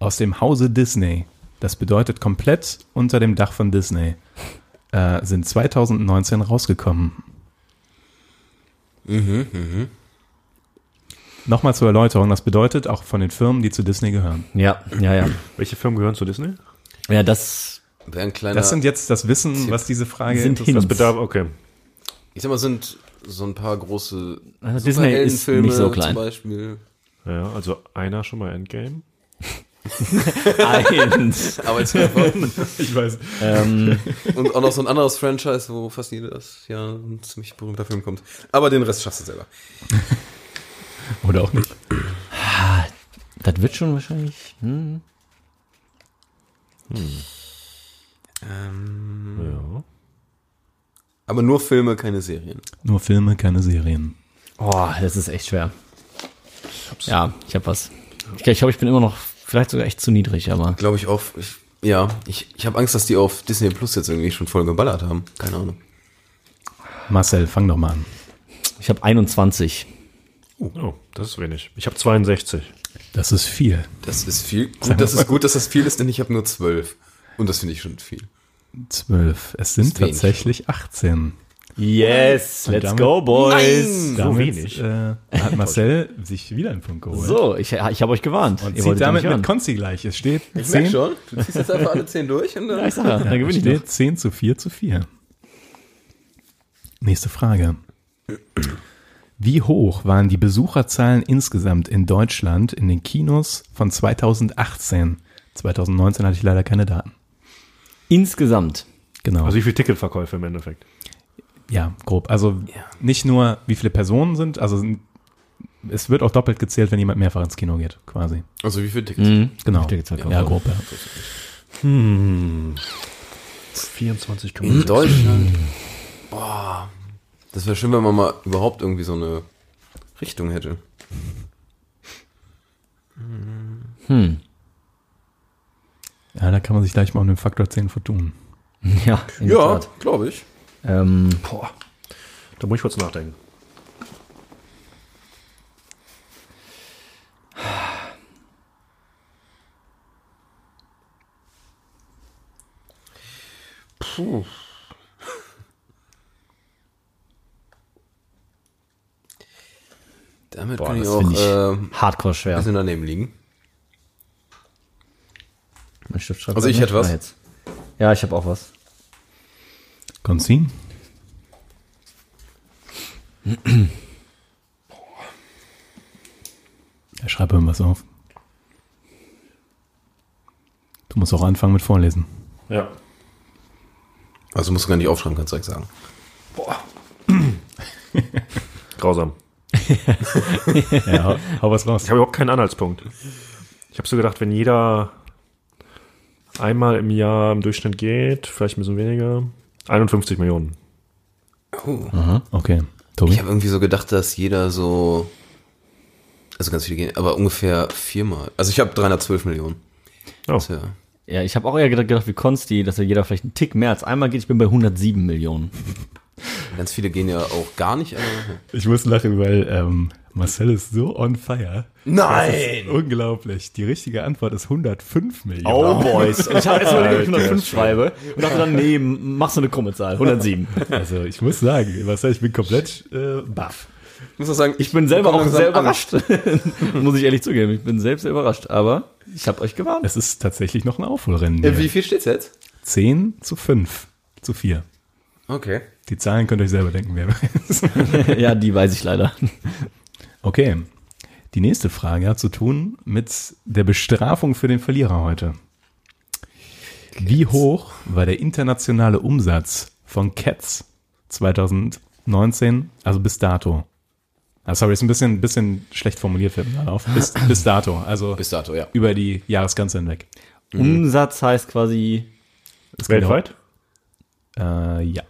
Speaker 1: aus dem Hause Disney, das bedeutet komplett unter dem Dach von Disney, äh, sind 2019 rausgekommen? Nochmal zur Erläuterung, das bedeutet auch von den Firmen, die zu Disney gehören.
Speaker 7: Ja, ja, ja.
Speaker 6: Welche Firmen gehören zu Disney?
Speaker 7: Ja, das
Speaker 5: Wäre ein kleiner,
Speaker 1: Das sind jetzt das Wissen, was diese Frage
Speaker 7: sind
Speaker 1: interessiert.
Speaker 7: Hints.
Speaker 6: Das bedarf, okay.
Speaker 5: ich sag mal, sind so ein paar große
Speaker 7: Also Disney ist
Speaker 5: Superheldenfilme
Speaker 7: nicht so
Speaker 5: Zum
Speaker 7: klein.
Speaker 5: Beispiel.
Speaker 6: Ja, also einer schon mal Endgame.
Speaker 7: Eins.
Speaker 5: Aber jetzt und
Speaker 1: Ich weiß.
Speaker 7: ähm,
Speaker 5: auch noch so ein anderes Franchise, wo fast jedes Jahr ein ziemlich berühmter Film kommt. Aber den Rest schaffst du selber.
Speaker 1: Oder auch nicht.
Speaker 7: das wird schon wahrscheinlich. Hm.
Speaker 6: Ja.
Speaker 5: Aber nur Filme, keine Serien.
Speaker 1: Nur Filme, keine Serien.
Speaker 7: Oh, das ist echt schwer. Ja, ich hab was. Ich, ich glaube, ich bin immer noch vielleicht sogar echt zu niedrig, aber
Speaker 5: Glaube ich auch. Ich, ja, ich, ich habe Angst, dass die auf Disney Plus jetzt irgendwie schon voll geballert haben. Keine Ahnung.
Speaker 1: Marcel, fang doch mal an.
Speaker 7: ich habe 21.
Speaker 6: Oh, das ist wenig. Ich habe 62.
Speaker 1: Das ist viel.
Speaker 5: Das ist viel. Gut, das ist gut, dass das viel ist, denn ich habe nur zwölf. Und das finde ich schon viel.
Speaker 1: Zwölf. Es sind
Speaker 5: Ist wenig.
Speaker 1: tatsächlich 18.
Speaker 7: Yes,
Speaker 1: let's
Speaker 7: let's
Speaker 1: go,
Speaker 7: go, boys.
Speaker 1: Damit,
Speaker 6: wenig?
Speaker 1: Äh, hat Marcel sich wieder einen Punkt geholt.
Speaker 7: So, ich, ich habe euch gewarnt.
Speaker 1: Und
Speaker 7: Ihr
Speaker 1: zieht
Speaker 7: wolltet ja
Speaker 1: damit
Speaker 7: nicht
Speaker 1: mit
Speaker 7: hören.
Speaker 1: Konzi gleich. Es steht
Speaker 5: Ich merk
Speaker 1: 10,
Speaker 5: schon, du ziehst jetzt einfach alle zehn durch und
Speaker 7: Ja,
Speaker 5: dann.
Speaker 7: ich sag ja, dann
Speaker 1: es
Speaker 7: gewinne ich noch.
Speaker 1: steht 10 zu 4 zu 4. Nächste Frage. Wie hoch waren die Besucherzahlen insgesamt in Deutschland in den Kinos von 2018? 2019 hatte ich leider keine Daten.
Speaker 7: Insgesamt.
Speaker 1: Genau.
Speaker 6: Also wie viel Ticketverkäufe im Endeffekt?
Speaker 1: Ja, grob. Also nicht nur, wie viele Personen sind, also es wird auch doppelt gezählt, wenn jemand mehrfach ins Kino geht, quasi.
Speaker 5: Also wie viel Tickets?
Speaker 7: Mhm.
Speaker 1: Genau.
Speaker 7: Ticketverkauf.
Speaker 1: Ja, grob, ja.
Speaker 6: 24,
Speaker 5: In Deutschland. Boah. Das wäre schön, wenn man mal überhaupt irgendwie so eine Richtung hätte.
Speaker 1: Ja, da kann man sich gleich mal um den Faktor 10 vertun.
Speaker 7: Ja, in der Tat.
Speaker 5: glaube ich.
Speaker 7: Ähm,
Speaker 6: Boah. Da muss ich kurz nachdenken.
Speaker 5: Damit
Speaker 7: Boah,
Speaker 5: kann ich
Speaker 7: das
Speaker 5: auch ähm,
Speaker 7: find ich-
Speaker 5: äh, ein
Speaker 7: hardcore schwer.
Speaker 5: bisschen daneben liegen.
Speaker 7: Stiftschrift.
Speaker 5: Also ich hätte was.
Speaker 7: Ah, Jetzt. Ja, ich habe auch was.
Speaker 1: Konzin? Ja, schreib irgendwas auf. Du musst auch anfangen mit Vorlesen.
Speaker 6: Ja.
Speaker 5: Also musst du gar nicht aufschreiben, kannst du direkt sagen.
Speaker 6: Grausam.
Speaker 1: Ja, hau, hau was raus.
Speaker 6: Ich habe überhaupt keinen Anhaltspunkt. Ich habe so gedacht, wenn jeder einmal im Jahr im Durchschnitt geht, vielleicht ein bisschen weniger, 51 Millionen.
Speaker 1: Okay, Tobi.
Speaker 5: Ich habe irgendwie so gedacht, dass jeder so, also ganz viele gehen, aber ungefähr viermal. Also ich habe 312 Millionen.
Speaker 6: Oh.
Speaker 5: Tja.
Speaker 7: Ja, ich habe auch eher gedacht, gedacht wie Konsti, dass ja jeder vielleicht einen Tick mehr als einmal geht. Ich bin bei 107 Millionen.
Speaker 5: Ganz viele gehen ja auch gar nicht. Aber
Speaker 1: Ich muss lachen, weil ähm, Marcel ist so on fire.
Speaker 5: Nein!
Speaker 1: Unglaublich. Die richtige Antwort ist 105 Millionen.
Speaker 5: Oh,
Speaker 7: Boys. Und ich habe erst mal überlegt, ob ich 105 schreibe und dachte dann, nee, m- mach so eine krumme Zahl. 107.
Speaker 1: Also ich muss sagen, Marcel, ich bin komplett äh, baff.
Speaker 5: Ich muss auch sagen,
Speaker 7: Ich bin selber
Speaker 5: komm
Speaker 7: auch
Speaker 5: langsam
Speaker 7: sehr
Speaker 5: an.
Speaker 7: überrascht. Muss ich ehrlich zugeben. Ich bin selbst sehr überrascht. Aber ich habe euch gewarnt.
Speaker 1: Es ist tatsächlich noch ein Aufholrennen.
Speaker 5: Äh,
Speaker 1: Hier.
Speaker 5: Wie viel steht's jetzt?
Speaker 1: 10 zu 5 zu 4.
Speaker 5: Okay.
Speaker 1: Die Zahlen könnt ihr euch selber denken, wer weiß.
Speaker 7: ja, die weiß ich leider.
Speaker 1: Okay. Die nächste Frage hat zu tun mit der Bestrafung für den Verlierer heute. Wie hoch war der internationale Umsatz von Cats 2019, also bis dato? Ah, sorry, ist ein bisschen, bisschen schlecht formuliert, fällt mir gerade auf. Bis, bis dato, also
Speaker 5: Bis dato, ja.
Speaker 1: über die Jahresgrenze hinweg.
Speaker 7: Mhm. Umsatz heißt quasi,
Speaker 1: Das geht
Speaker 6: Weltweit?
Speaker 7: genau.
Speaker 1: auch- Äh, ja.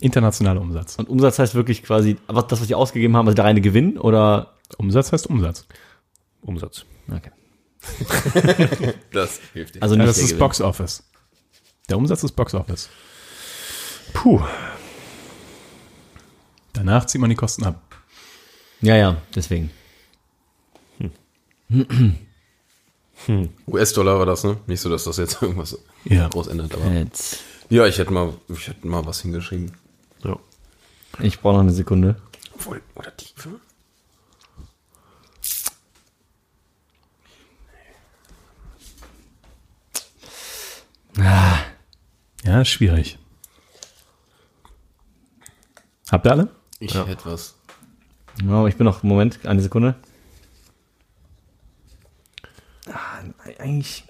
Speaker 1: Internationaler Umsatz.
Speaker 7: und Umsatz heißt wirklich quasi, was, das, was die ausgegeben haben, also der reine Gewinn oder?
Speaker 1: Umsatz heißt Umsatz.
Speaker 6: Umsatz.
Speaker 7: Okay.
Speaker 5: Das hilft dir.
Speaker 7: Also
Speaker 1: Ja,
Speaker 7: nicht
Speaker 1: das
Speaker 7: der
Speaker 1: ist
Speaker 7: Gewinn.
Speaker 1: Box Office. Der Umsatz ist Box Office.
Speaker 6: Puh.
Speaker 1: Danach zieht man die Kosten ab.
Speaker 7: Ja, ja, deswegen.
Speaker 5: US-Dollar war das, ne? Nicht so, dass das jetzt irgendwas
Speaker 1: Ja.
Speaker 5: groß ändert. Aber
Speaker 7: Jetzt.
Speaker 5: ja, ich hätte mal, ich hätte mal was hingeschrieben.
Speaker 6: Ja.
Speaker 7: Ich brauche noch eine Sekunde.
Speaker 5: Obwohl, oder tiefer?
Speaker 1: Ja, ist schwierig. Habt ihr alle?
Speaker 5: Ich hätte was.
Speaker 7: Ja, ich bin noch, Moment, eine Sekunde. Ah, eigentlich.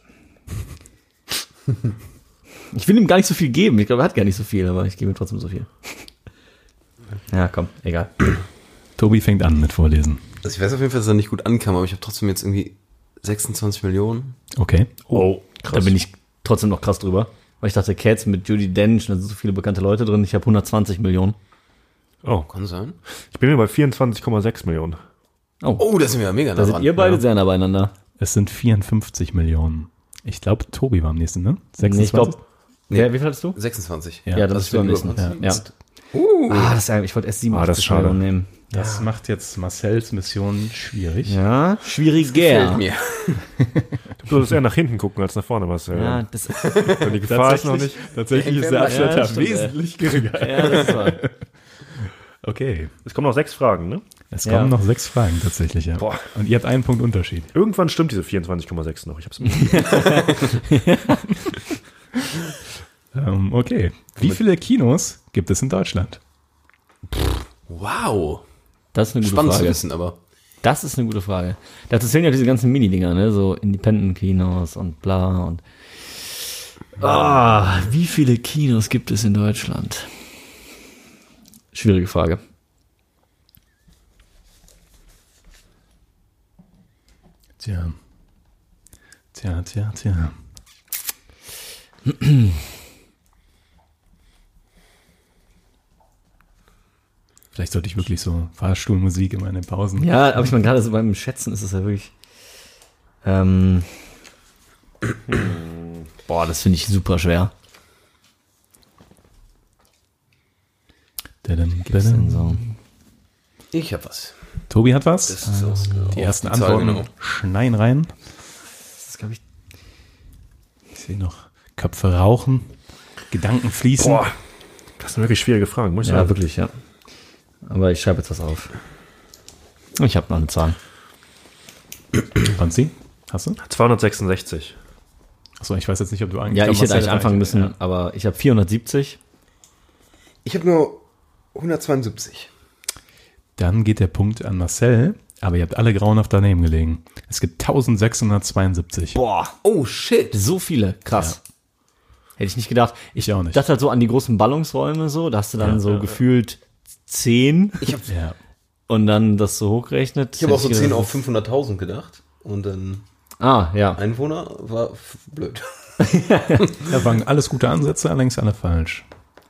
Speaker 7: Ich will ihm gar nicht so viel geben. Ich glaube, er hat gar nicht so viel, aber ich gebe ihm trotzdem so viel. Ja, komm, egal.
Speaker 1: Tobi fängt an mit Vorlesen.
Speaker 5: Also ich weiß auf jeden Fall, dass er nicht gut ankam, aber ich habe trotzdem jetzt irgendwie 26 Millionen.
Speaker 1: Okay.
Speaker 6: Oh,
Speaker 7: Da bin ich trotzdem noch krass drüber. Weil ich dachte, Cats mit Judy Dench, da sind so viele bekannte Leute drin. Ich habe 120 Millionen.
Speaker 6: Oh,
Speaker 5: Kann sein.
Speaker 6: ich bin mir bei 24,6 Millionen.
Speaker 5: Oh, da sind wir ja mega nah
Speaker 7: Da seid
Speaker 5: dran.
Speaker 7: ihr beide sehr nah beieinander.
Speaker 1: Es sind 54 Millionen. Ich glaube, Tobi war am nächsten, ne?
Speaker 7: Nee, ich
Speaker 1: 26?
Speaker 7: glaube. Wer, wie viel hattest du?
Speaker 5: 26.
Speaker 1: Ja,
Speaker 7: Ja, das
Speaker 5: das
Speaker 7: ist du am
Speaker 5: bin
Speaker 7: nächsten.
Speaker 5: über
Speaker 7: Ja.
Speaker 5: uns.
Speaker 7: ja. Ah, das ist eigentlich, ich wollte erst 87
Speaker 6: Ah, das ist schade.
Speaker 7: Millionen nehmen.
Speaker 1: das macht jetzt Marcells Mission schwierig.
Speaker 7: Ja,
Speaker 5: Fehlt
Speaker 7: schwieriger.
Speaker 5: mir.
Speaker 6: Du solltest eher nach hinten gucken als nach vorne, was äh,
Speaker 7: Ja,
Speaker 6: ja.
Speaker 7: das,
Speaker 6: Die Gefahr ist noch nicht.
Speaker 1: tatsächlich ist der Abstand
Speaker 7: Ja,
Speaker 1: da
Speaker 7: stimmt,
Speaker 1: wesentlich geringer.
Speaker 7: ja, das war.
Speaker 1: Okay.
Speaker 6: Es kommen noch sechs Fragen, ne?
Speaker 1: Es
Speaker 7: Ja.
Speaker 1: kommen noch sechs Fragen tatsächlich, ja.
Speaker 6: Boah.
Speaker 1: Und ihr habt einen Punkt Unterschied.
Speaker 6: Irgendwann stimmt diese 24,6 noch. Ich hab's
Speaker 1: Ähm, okay. Wie viele Kinos gibt es in Deutschland?
Speaker 5: Wow.
Speaker 7: Das ist eine gute
Speaker 5: Spannend zu
Speaker 7: Frage.
Speaker 5: wissen, aber.
Speaker 7: Das ist eine gute Frage. Dazu zählen ja diese ganzen Mini-Dinger, ne? So Independent-Kinos und bla und. Ah, wie viele Kinos gibt es in Deutschland? Schwierige Frage.
Speaker 1: Tja. Tja, tja, tja. Vielleicht sollte ich wirklich so Fahrstuhlmusik in meine Pausen.
Speaker 7: Ja, aber ich meine, gerade so beim Schätzen ist es ja wirklich. Ähm, boah, das finde ich super schwer.
Speaker 1: Dadam,
Speaker 7: Was
Speaker 1: dadam.
Speaker 7: denn so?
Speaker 5: Ich habe was.
Speaker 1: Tobi hat was.
Speaker 5: Das
Speaker 7: Ähm,
Speaker 5: ist aus,
Speaker 1: die ersten
Speaker 5: die Zahl,
Speaker 1: Antworten
Speaker 5: genau.
Speaker 1: schneien rein.
Speaker 7: Das ist, glaube ich.
Speaker 1: Ich sehe noch Köpfe rauchen, Gedanken fließen.
Speaker 6: Boah, das sind wirklich schwierige Fragen, muss ich
Speaker 7: Ja,
Speaker 6: sagen.
Speaker 7: wirklich, ja. Aber ich schreibe jetzt was auf. Ich habe noch eine Zahl.
Speaker 1: Franzi, hast du?
Speaker 6: 266.
Speaker 1: Achso, ich weiß jetzt nicht, ob du angefangen
Speaker 7: Ja, ich hätte eigentlich anfangen müssen, aber ich habe 470.
Speaker 5: Ich habe nur 172.
Speaker 1: Dann geht der Punkt an Marcel, aber ihr habt alle grauenhaft daneben gelegen. Es gibt 1672.
Speaker 7: Boah,
Speaker 5: Oh, shit.
Speaker 7: so viele. Krass. Hätte ich nicht gedacht. Ich,
Speaker 1: Ich auch nicht.
Speaker 7: dachte halt so an die großen Ballungsräume so, da hast du dann so gefühlt 10
Speaker 5: Ich habe
Speaker 1: Ja.
Speaker 7: und dann das so hochrechnet.
Speaker 5: ich hab auch so 10
Speaker 7: gedacht,
Speaker 5: auf 500.000 gedacht. Und dann
Speaker 7: Ah, ja.
Speaker 5: Einwohner war f- blöd.
Speaker 1: Da waren alles gute Ansätze, allerdings alle falsch.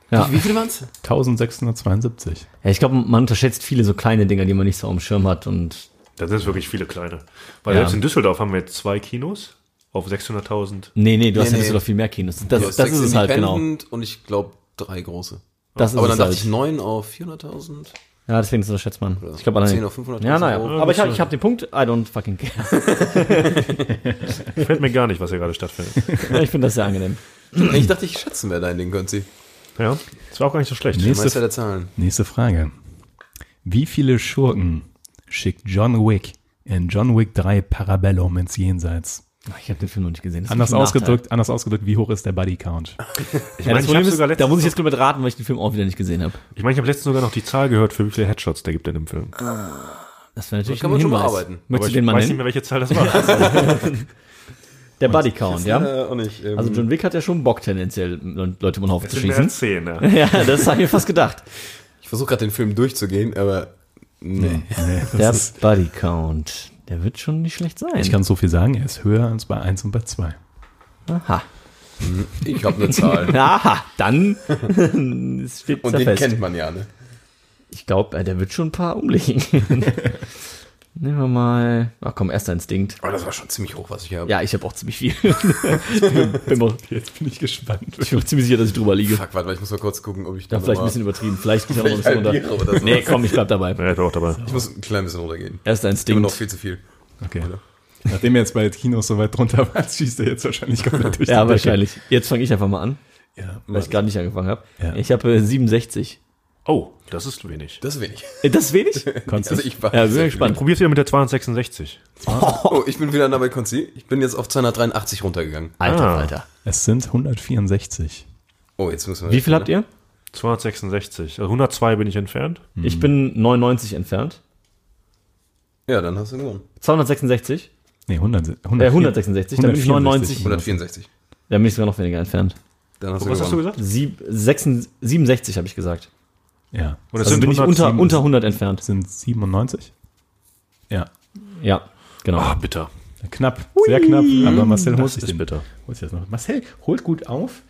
Speaker 7: ja.
Speaker 5: Wie viele waren's?
Speaker 1: 1672.
Speaker 7: ja ich glaube, man unterschätzt viele so kleine Dinger, die man nicht so am Schirm hat und
Speaker 6: Da sind wirklich viele kleine. Weil
Speaker 7: Ja.
Speaker 6: selbst in Düsseldorf haben wir jetzt zwei Kinos auf 600.000.
Speaker 7: Nee, nee, du hast
Speaker 5: Nee,
Speaker 7: ja
Speaker 5: nee.
Speaker 7: bisschen noch viel mehr Kinos. Das,
Speaker 5: Ja,
Speaker 7: das ist
Speaker 5: sechs
Speaker 7: es halt, genau.
Speaker 5: Independent Und ich glaube, drei große.
Speaker 7: Das ist
Speaker 5: Aber
Speaker 7: es
Speaker 5: dann dachte
Speaker 7: halt.
Speaker 5: ich 9 auf 400.000.
Speaker 7: Ja, deswegen unterschätzt man. Ich glaube,
Speaker 5: 10 auf 500.000
Speaker 7: Ja, naja.
Speaker 5: Euro.
Speaker 7: Aber ich habe ich hab den Punkt, I don't fucking care.
Speaker 6: Fällt mir gar nicht, was hier gerade stattfindet.
Speaker 7: ich finde das sehr angenehm.
Speaker 5: Ich dachte, ich schätzen wäre dein Ding, Gönzi.
Speaker 6: Ja, das war auch gar nicht so schlecht.
Speaker 5: Meister
Speaker 1: Nächste,
Speaker 5: der Zahlen.
Speaker 1: nächste Frage. Wie viele Schurken schickt John Wick in John Wick 3 Parabellum ins Jenseits?
Speaker 7: Ach, Ich habe den Film noch nicht gesehen. Das ist
Speaker 1: Anders
Speaker 7: ein Nachteil.
Speaker 1: ausgedrückt, anders ausgedrückt, wie hoch ist der Buddy Count?
Speaker 6: Ich
Speaker 7: Ja,
Speaker 6: meine, ich,
Speaker 7: das Problem
Speaker 6: habe
Speaker 7: ist,
Speaker 6: sogar
Speaker 7: da muss
Speaker 6: letztens,
Speaker 7: ich jetzt mit raten, weil ich den Film auch wieder nicht gesehen habe.
Speaker 6: ich, meine, ich habe letztens sogar noch die Zahl gehört, für wie viele Headshots der gibt in dem Film.
Speaker 7: Das wäre natürlich
Speaker 5: kann
Speaker 7: ein
Speaker 5: man schon
Speaker 7: Hinweis.
Speaker 5: bearbeiten.
Speaker 6: Aber
Speaker 7: Möchtest
Speaker 6: ich
Speaker 7: du den mal
Speaker 6: weiß nicht
Speaker 7: nennen?
Speaker 6: mehr, welche Zahl das war.
Speaker 7: Der Buddy Count, ja?
Speaker 5: Äh, auch nicht. Ähm,
Speaker 7: Also John Wick hat ja schon Bock tendenziell, Leute über den Haufen zu
Speaker 6: Das sind mehr als
Speaker 7: schießen.
Speaker 6: zehn, ja.
Speaker 7: Ja, das habe ich mir fast gedacht.
Speaker 5: ich versuche gerade den Film durchzugehen, aber nee.
Speaker 7: Der Buddy Count, der wird schon nicht schlecht sein.
Speaker 1: Ich kann so viel sagen, er ist höher als bei 1 und bei 2.
Speaker 7: Aha.
Speaker 5: Ich habe eine Zahl.
Speaker 7: Aha, dann es steht
Speaker 5: Und
Speaker 7: ja
Speaker 5: den
Speaker 7: fest.
Speaker 5: kennt man ja, ne?
Speaker 7: Ich glaube, der wird schon ein paar umlegen. Nehmen wir mal. Ach komm, erster Instinkt.
Speaker 5: Aber Oh, das war schon ziemlich hoch, was ich habe.
Speaker 7: Ja, ich habe auch ziemlich viel. ich bin, bin, mir-
Speaker 1: Jetzt bin ich gespannt.
Speaker 7: ich bin mir ziemlich sicher, dass ich drüber liege.
Speaker 5: Fuck, warte mal, ich muss mal kurz gucken, ob ich da
Speaker 7: Ja,
Speaker 5: noch
Speaker 7: vielleicht ein
Speaker 5: mal-
Speaker 7: bisschen übertrieben. Vielleicht geht er noch ein
Speaker 5: Vielleicht
Speaker 7: bisschen
Speaker 5: halbiere oder
Speaker 7: runter.
Speaker 5: so.
Speaker 7: Nee, komm, ich bleib dabei.
Speaker 6: Ja, ich war auch dabei.
Speaker 5: Ich muss ein klein bisschen runtergehen.
Speaker 7: Erster
Speaker 5: Immer noch
Speaker 7: Instinkt.
Speaker 5: viel zu viel.
Speaker 1: Okay. Nachdem ihr jetzt bei Kinos so weit drunter wart, schießt er jetzt wahrscheinlich komplett durch
Speaker 7: Ja,
Speaker 1: die
Speaker 7: wahrscheinlich. Jetzt fange ich einfach mal an,
Speaker 1: Decke. Ja,
Speaker 7: weil ich gerade nicht angefangen habe.
Speaker 1: Ja.
Speaker 7: Ich habe äh, 67.
Speaker 6: Oh, das ist wenig.
Speaker 5: Das ist wenig.
Speaker 7: Äh, Das ist wenig?
Speaker 1: Konntest
Speaker 5: Also
Speaker 1: du-
Speaker 5: ich war
Speaker 7: Ja, bin ich gespannt.
Speaker 6: Probiert wieder mit der 266.
Speaker 5: Oh, ich bin wieder dabei, Konzi. Ich bin jetzt auf 283 runtergegangen.
Speaker 7: Alter,
Speaker 6: Ah.
Speaker 7: Alter.
Speaker 1: es sind 164.
Speaker 5: Oh, jetzt müssen wir.
Speaker 7: Wie viel habt ihr?
Speaker 6: 266. Also 102 bin ich entfernt.
Speaker 1: Hm.
Speaker 7: Ich bin 99 entfernt.
Speaker 5: Ja, dann hast du gewonnen.
Speaker 7: 266.
Speaker 1: Nee, 100,
Speaker 7: Äh, 166. Dann bin ich 99.
Speaker 5: 164.
Speaker 7: Da bin ich sogar noch weniger entfernt.
Speaker 5: Dann hast
Speaker 6: Was
Speaker 5: du
Speaker 6: hast du
Speaker 5: gewonnen.
Speaker 6: gesagt?
Speaker 7: Sieb, 66, 67 habe ich gesagt.
Speaker 1: Ja.
Speaker 6: Oder
Speaker 7: Also bin ich unter,
Speaker 6: 107.
Speaker 7: unter 100 entfernt.
Speaker 1: sind 97? Ja.
Speaker 7: Ja, genau.
Speaker 6: Ah, bitter.
Speaker 1: Knapp, sehr knapp, aber Marcel holt
Speaker 6: Das
Speaker 1: sich
Speaker 6: ist
Speaker 1: den.
Speaker 6: bitter.
Speaker 1: Holt sich das noch. Marcel, holt gut auf.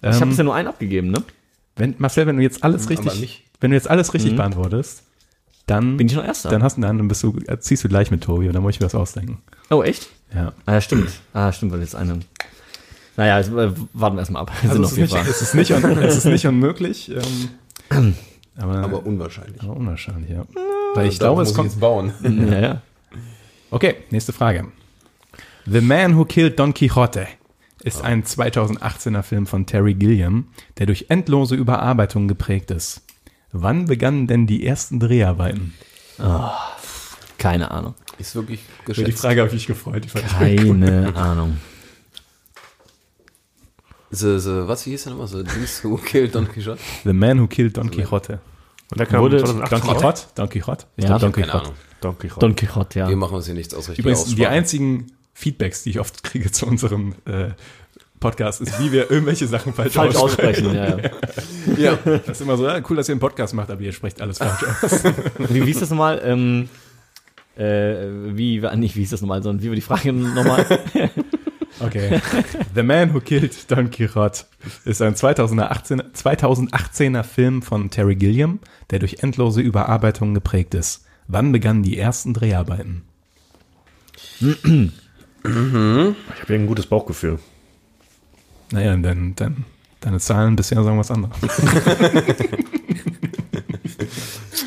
Speaker 7: ich habe
Speaker 1: Ähm,
Speaker 7: bisher nur einen abgegeben, ne?
Speaker 1: wenn, Marcel, wenn du jetzt
Speaker 7: Hm,
Speaker 1: alles
Speaker 5: an mich.
Speaker 1: richtig, wenn du jetzt alles richtig beantwortest, dann,
Speaker 7: Bin ich noch Erster?
Speaker 1: dann hast du dann bist du, ziehst du gleich mit Tobi und dann muss ich mir was ausdenken.
Speaker 7: oh, echt?
Speaker 1: Ja.
Speaker 7: Ah, ja, stimmt. Ah, stimmt, weil jetzt eine. Naja, jetzt, äh, warten wir erstmal ab. Wir sind
Speaker 1: Also
Speaker 7: noch
Speaker 1: es, ist
Speaker 7: viel
Speaker 1: nicht,
Speaker 7: Fragen.
Speaker 1: es, ist nicht un, es ist nicht unmöglich, ähm, aber,
Speaker 5: Aber unwahrscheinlich.
Speaker 1: aber unwahrscheinlich, ja. Weil ich glaube,
Speaker 5: Darauf muss
Speaker 1: es
Speaker 5: ich
Speaker 1: kommt.
Speaker 5: jetzt bauen.
Speaker 7: Ja, ja.
Speaker 1: Okay, nächste Frage. The Man Who Killed Don Quixote ist ein 2018er Film von Terry Gilliam, der durch endlose Überarbeitungen geprägt ist. Wann begannen denn die ersten Dreharbeiten?
Speaker 7: Keine Ahnung.
Speaker 5: Ist wirklich geschätzt.
Speaker 1: Frage habe ich mich gefreut. Die fand ich
Speaker 7: Keine Ahnung.
Speaker 5: So, so, was hieß denn nochmal? So, Dings Who Killed Don Quixote?
Speaker 1: The Man Who Killed Don Quixote.
Speaker 6: Und da kam
Speaker 7: Wurde-
Speaker 6: 2018
Speaker 1: Don Quixote? Don Quixote? Ich
Speaker 7: Ja,
Speaker 1: glaub, Don
Speaker 7: ich hab
Speaker 5: Keine
Speaker 1: Quixote.
Speaker 5: Ahnung.
Speaker 6: Don Quixote.
Speaker 7: Don Quixote, ja.
Speaker 5: Wir machen uns hier nichts aus richtiger
Speaker 1: Übrigens, die
Speaker 5: Aussprache.
Speaker 1: einzigen Feedbacks, die ich oft kriege zu unserem äh, Podcast, ist, wie wir irgendwelche Sachen falsch,
Speaker 7: Falsch
Speaker 1: aussprechen.
Speaker 7: aussprechen, ja, ja.
Speaker 5: Ja,
Speaker 1: Das ist immer so, ja, cool, dass ihr einen Podcast macht, aber ihr sprecht alles falsch aus.
Speaker 7: Wie, wie ist das nochmal? Ähm, äh, wie, nicht wie hieß das nochmal, sondern wie war die Frage nochmal?
Speaker 1: Okay. The Man Who Killed Don Quixote ist ein 2018, 2018er Film von Terry Gilliam, der durch endlose Überarbeitungen geprägt ist. Wann begannen die ersten Dreharbeiten?
Speaker 6: Ich habe hier ein gutes Bauchgefühl.
Speaker 1: Naja, denn, denn deine Zahlen bisher sagen was anderes.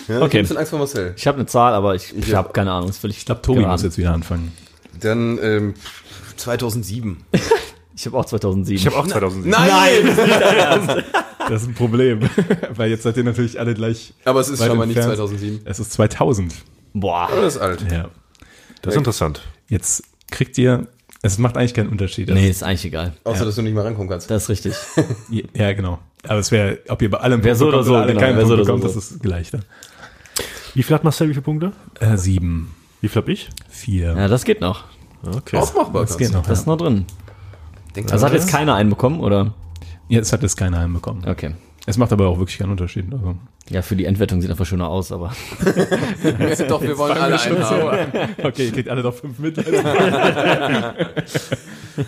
Speaker 5: ja okay. ich hab ein bisschen Angst vor Marcel.
Speaker 7: Ich habe eine Zahl, aber ich, ich habe keine Ahnung. Ist völlig ich glaube,
Speaker 1: Tobi muss jetzt wieder anfangen.
Speaker 5: Dann ähm, 2007.
Speaker 7: Ich habe auch 2007.
Speaker 6: Ich habe auch 2007.
Speaker 5: Nein!
Speaker 1: Das ist ein Problem, weil jetzt seid ihr natürlich alle gleich.
Speaker 5: Aber es ist
Speaker 1: weit
Speaker 5: scheinbar nicht
Speaker 1: entfernt.
Speaker 5: 2007.
Speaker 1: Es ist 2000.
Speaker 7: Boah.
Speaker 5: Das ist alt.
Speaker 1: Ja.
Speaker 6: Das ist interessant.
Speaker 1: Jetzt kriegt ihr Es macht eigentlich keinen Unterschied.
Speaker 7: Nee, ist eigentlich egal.
Speaker 5: Außer, dass du nicht mal rankommen kannst.
Speaker 7: Das ist richtig.
Speaker 1: Ja, genau. Aber es wäre, ob ihr bei allem
Speaker 7: Wer so oder so,
Speaker 1: alle
Speaker 7: genau,
Speaker 1: keinen
Speaker 7: wer
Speaker 1: Punkt
Speaker 7: so oder so,
Speaker 1: bekommt,
Speaker 7: so.
Speaker 1: das ist gleich dann.
Speaker 6: Wie viel hat Marcel, wie viele Punkte?
Speaker 1: Äh, sieben,
Speaker 6: Wie viel hab ich?
Speaker 1: vier.
Speaker 7: Ja, das geht noch.
Speaker 6: Okay.
Speaker 5: Auch machbar.
Speaker 1: das geht noch.
Speaker 7: Das ist
Speaker 1: Ja.
Speaker 7: noch drin.
Speaker 5: Denkst
Speaker 7: Also hat jetzt keiner einen bekommen, oder?
Speaker 1: Jetzt hat es keiner einbekommen.
Speaker 7: Okay.
Speaker 1: Es macht aber auch wirklich keinen Unterschied. Also,
Speaker 7: Ja, für die Endwertung sieht einfach schöner aus, aber.
Speaker 5: Doch, wir wollen alle einen haben.
Speaker 1: okay, ihr kriegt alle doch fünf mit.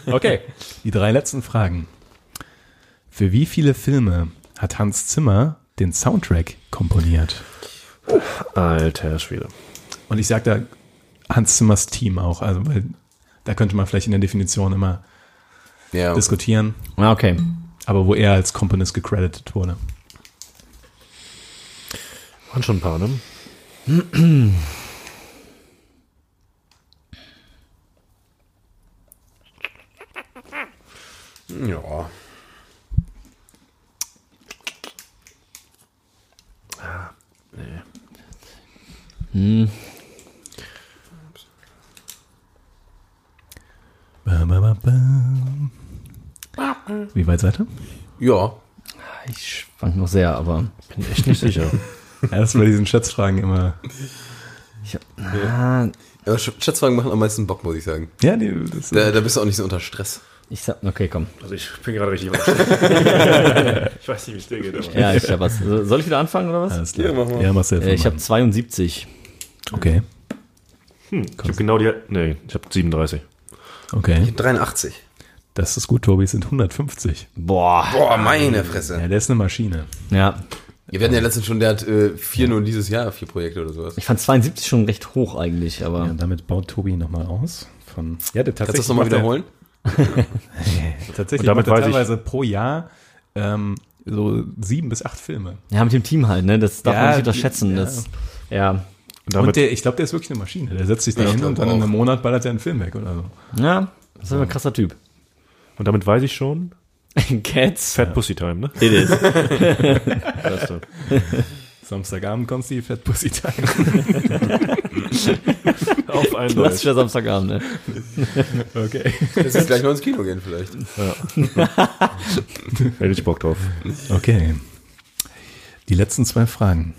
Speaker 1: okay, die drei letzten Fragen. Für wie viele Filme hat Hans Zimmer den Soundtrack komponiert?
Speaker 6: Alter Schwede.
Speaker 1: Und ich sage da Hans Zimmers Team auch, also weil da könnte man vielleicht in der Definition immer
Speaker 5: Ja.
Speaker 1: diskutieren,
Speaker 7: Ah, okay.
Speaker 1: aber wo er als Komponist gecredited wurde.
Speaker 6: Waren schon ein paar, ne?
Speaker 5: ja.
Speaker 1: Ba, ba, ba, ba. Wie weit seid ihr?
Speaker 5: Ja.
Speaker 7: Ich schwank noch sehr, aber.
Speaker 6: Bin echt nicht sicher.
Speaker 1: Ja, das ist bei diesen Schätzfragen immer.
Speaker 7: Ah,
Speaker 5: Aber Sch- Schätzfragen machen am meisten Bock, muss ich sagen.
Speaker 1: Ja, die, das
Speaker 5: Da, da bist du auch nicht so unter Stress.
Speaker 7: ich sag. Okay, komm.
Speaker 6: Also ich bin gerade richtig Ich weiß nicht, wie es dir geht, aber.
Speaker 7: Ja, ich hab was. So- Soll ich wieder anfangen oder was?
Speaker 1: alles klar. Ja, Marcel.
Speaker 7: Äh, ich habe 72.
Speaker 1: okay,
Speaker 6: Ich habe genau die. Nee, ich habe 37.
Speaker 1: okay.
Speaker 5: 83.
Speaker 1: Das ist gut, Tobi. Es sind 150.
Speaker 7: Boah.
Speaker 5: Boah, meine Fresse.
Speaker 1: Ja, der ist eine Maschine.
Speaker 7: Ja.
Speaker 5: Wir werden ja letztens schon, der hat äh, vier nur dieses Jahr, vier Projekte oder sowas.
Speaker 7: Ich fand 72 schon recht hoch eigentlich, aber.
Speaker 1: Ja, damit baut Tobi nochmal aus. Von, ja, der
Speaker 5: Kannst du
Speaker 1: tatsächlich
Speaker 5: das nochmal
Speaker 1: macht er-
Speaker 5: wiederholen?
Speaker 1: Tatsächlich
Speaker 6: Und
Speaker 1: macht
Speaker 6: damit
Speaker 1: er
Speaker 6: weiß ich-
Speaker 1: teilweise pro Jahr ähm, so sieben bis acht Filme.
Speaker 7: Ja, mit dem Team halt, ne? Das darf
Speaker 1: Ja,
Speaker 7: man nicht
Speaker 1: die-
Speaker 7: unterschätzen.
Speaker 1: ja.
Speaker 7: Das, ja.
Speaker 6: Und
Speaker 1: Und
Speaker 6: damit,
Speaker 1: der, ich glaube, der ist wirklich eine Maschine. Der setzt sich da
Speaker 5: Ich
Speaker 1: hin und
Speaker 5: glaub
Speaker 1: dann in
Speaker 5: auch.
Speaker 1: einem Monat ballert er einen Film weg oder so.
Speaker 7: Ja, das ist aber ein krasser Typ.
Speaker 6: und damit weiß ich schon.
Speaker 7: Cats.
Speaker 6: Fat Pussy Time, ne?
Speaker 7: It is.
Speaker 6: Weißt du.
Speaker 1: Samstagabend kommst du die Fat Pussy Time.
Speaker 6: Auf einen.
Speaker 7: Klassischer Samstagabend, ne?
Speaker 1: Okay.
Speaker 5: Kannst du jetzt gleich noch ins Kino gehen vielleicht?
Speaker 6: Hätte ich Bock drauf.
Speaker 1: Okay. Die letzten zwei Fragen.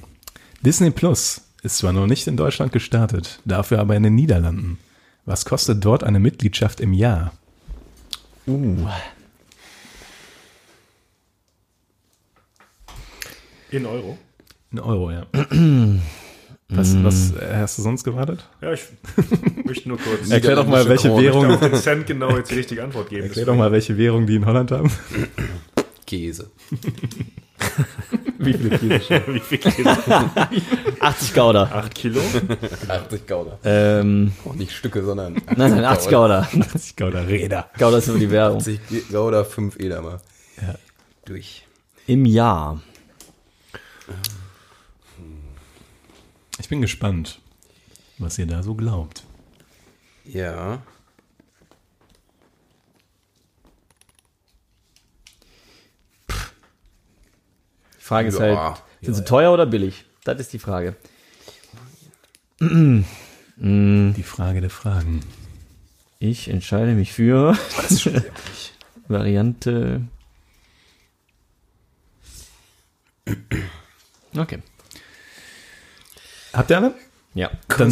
Speaker 1: Disney Plus ist zwar noch nicht in Deutschland gestartet, dafür aber in den Niederlanden. Was kostet dort eine Mitgliedschaft im Jahr?
Speaker 6: In Euro?
Speaker 1: In Euro, ja. Was, was äh, hast du sonst gewartet?
Speaker 6: Ja, ich möchte nur kurz
Speaker 1: Erklär doch mal, welche
Speaker 5: Krone.
Speaker 1: Währung,
Speaker 6: den Cent genau jetzt die richtige Antwort geben.
Speaker 1: erklär doch mal, welche Währung die in Holland haben.
Speaker 5: Käse.
Speaker 1: Wie viele Kilo?
Speaker 6: Wie viel Kilo?
Speaker 7: 80 Gauder.
Speaker 6: 8 Kilo?
Speaker 5: 80 Gauder.
Speaker 7: Ähm,
Speaker 5: Auch Oh, nicht Stücke, sondern.
Speaker 7: nein, nein, 80 Gauder.
Speaker 1: Ich glaube, da Räder.
Speaker 7: Gauder ist immer die Währung.
Speaker 5: 80 Gauder, 5 Edamer. Ja. Durch.
Speaker 7: Im Jahr.
Speaker 1: Ich bin gespannt, was ihr da so glaubt.
Speaker 5: Ja.
Speaker 7: Die Frage ist
Speaker 5: Ja.
Speaker 7: halt, sind sie teuer oder billig? Das ist die Frage.
Speaker 1: Die Frage der Fragen.
Speaker 7: Ich entscheide mich für Variante. Okay.
Speaker 1: Habt ihr alle?
Speaker 7: Ja.
Speaker 1: Dann,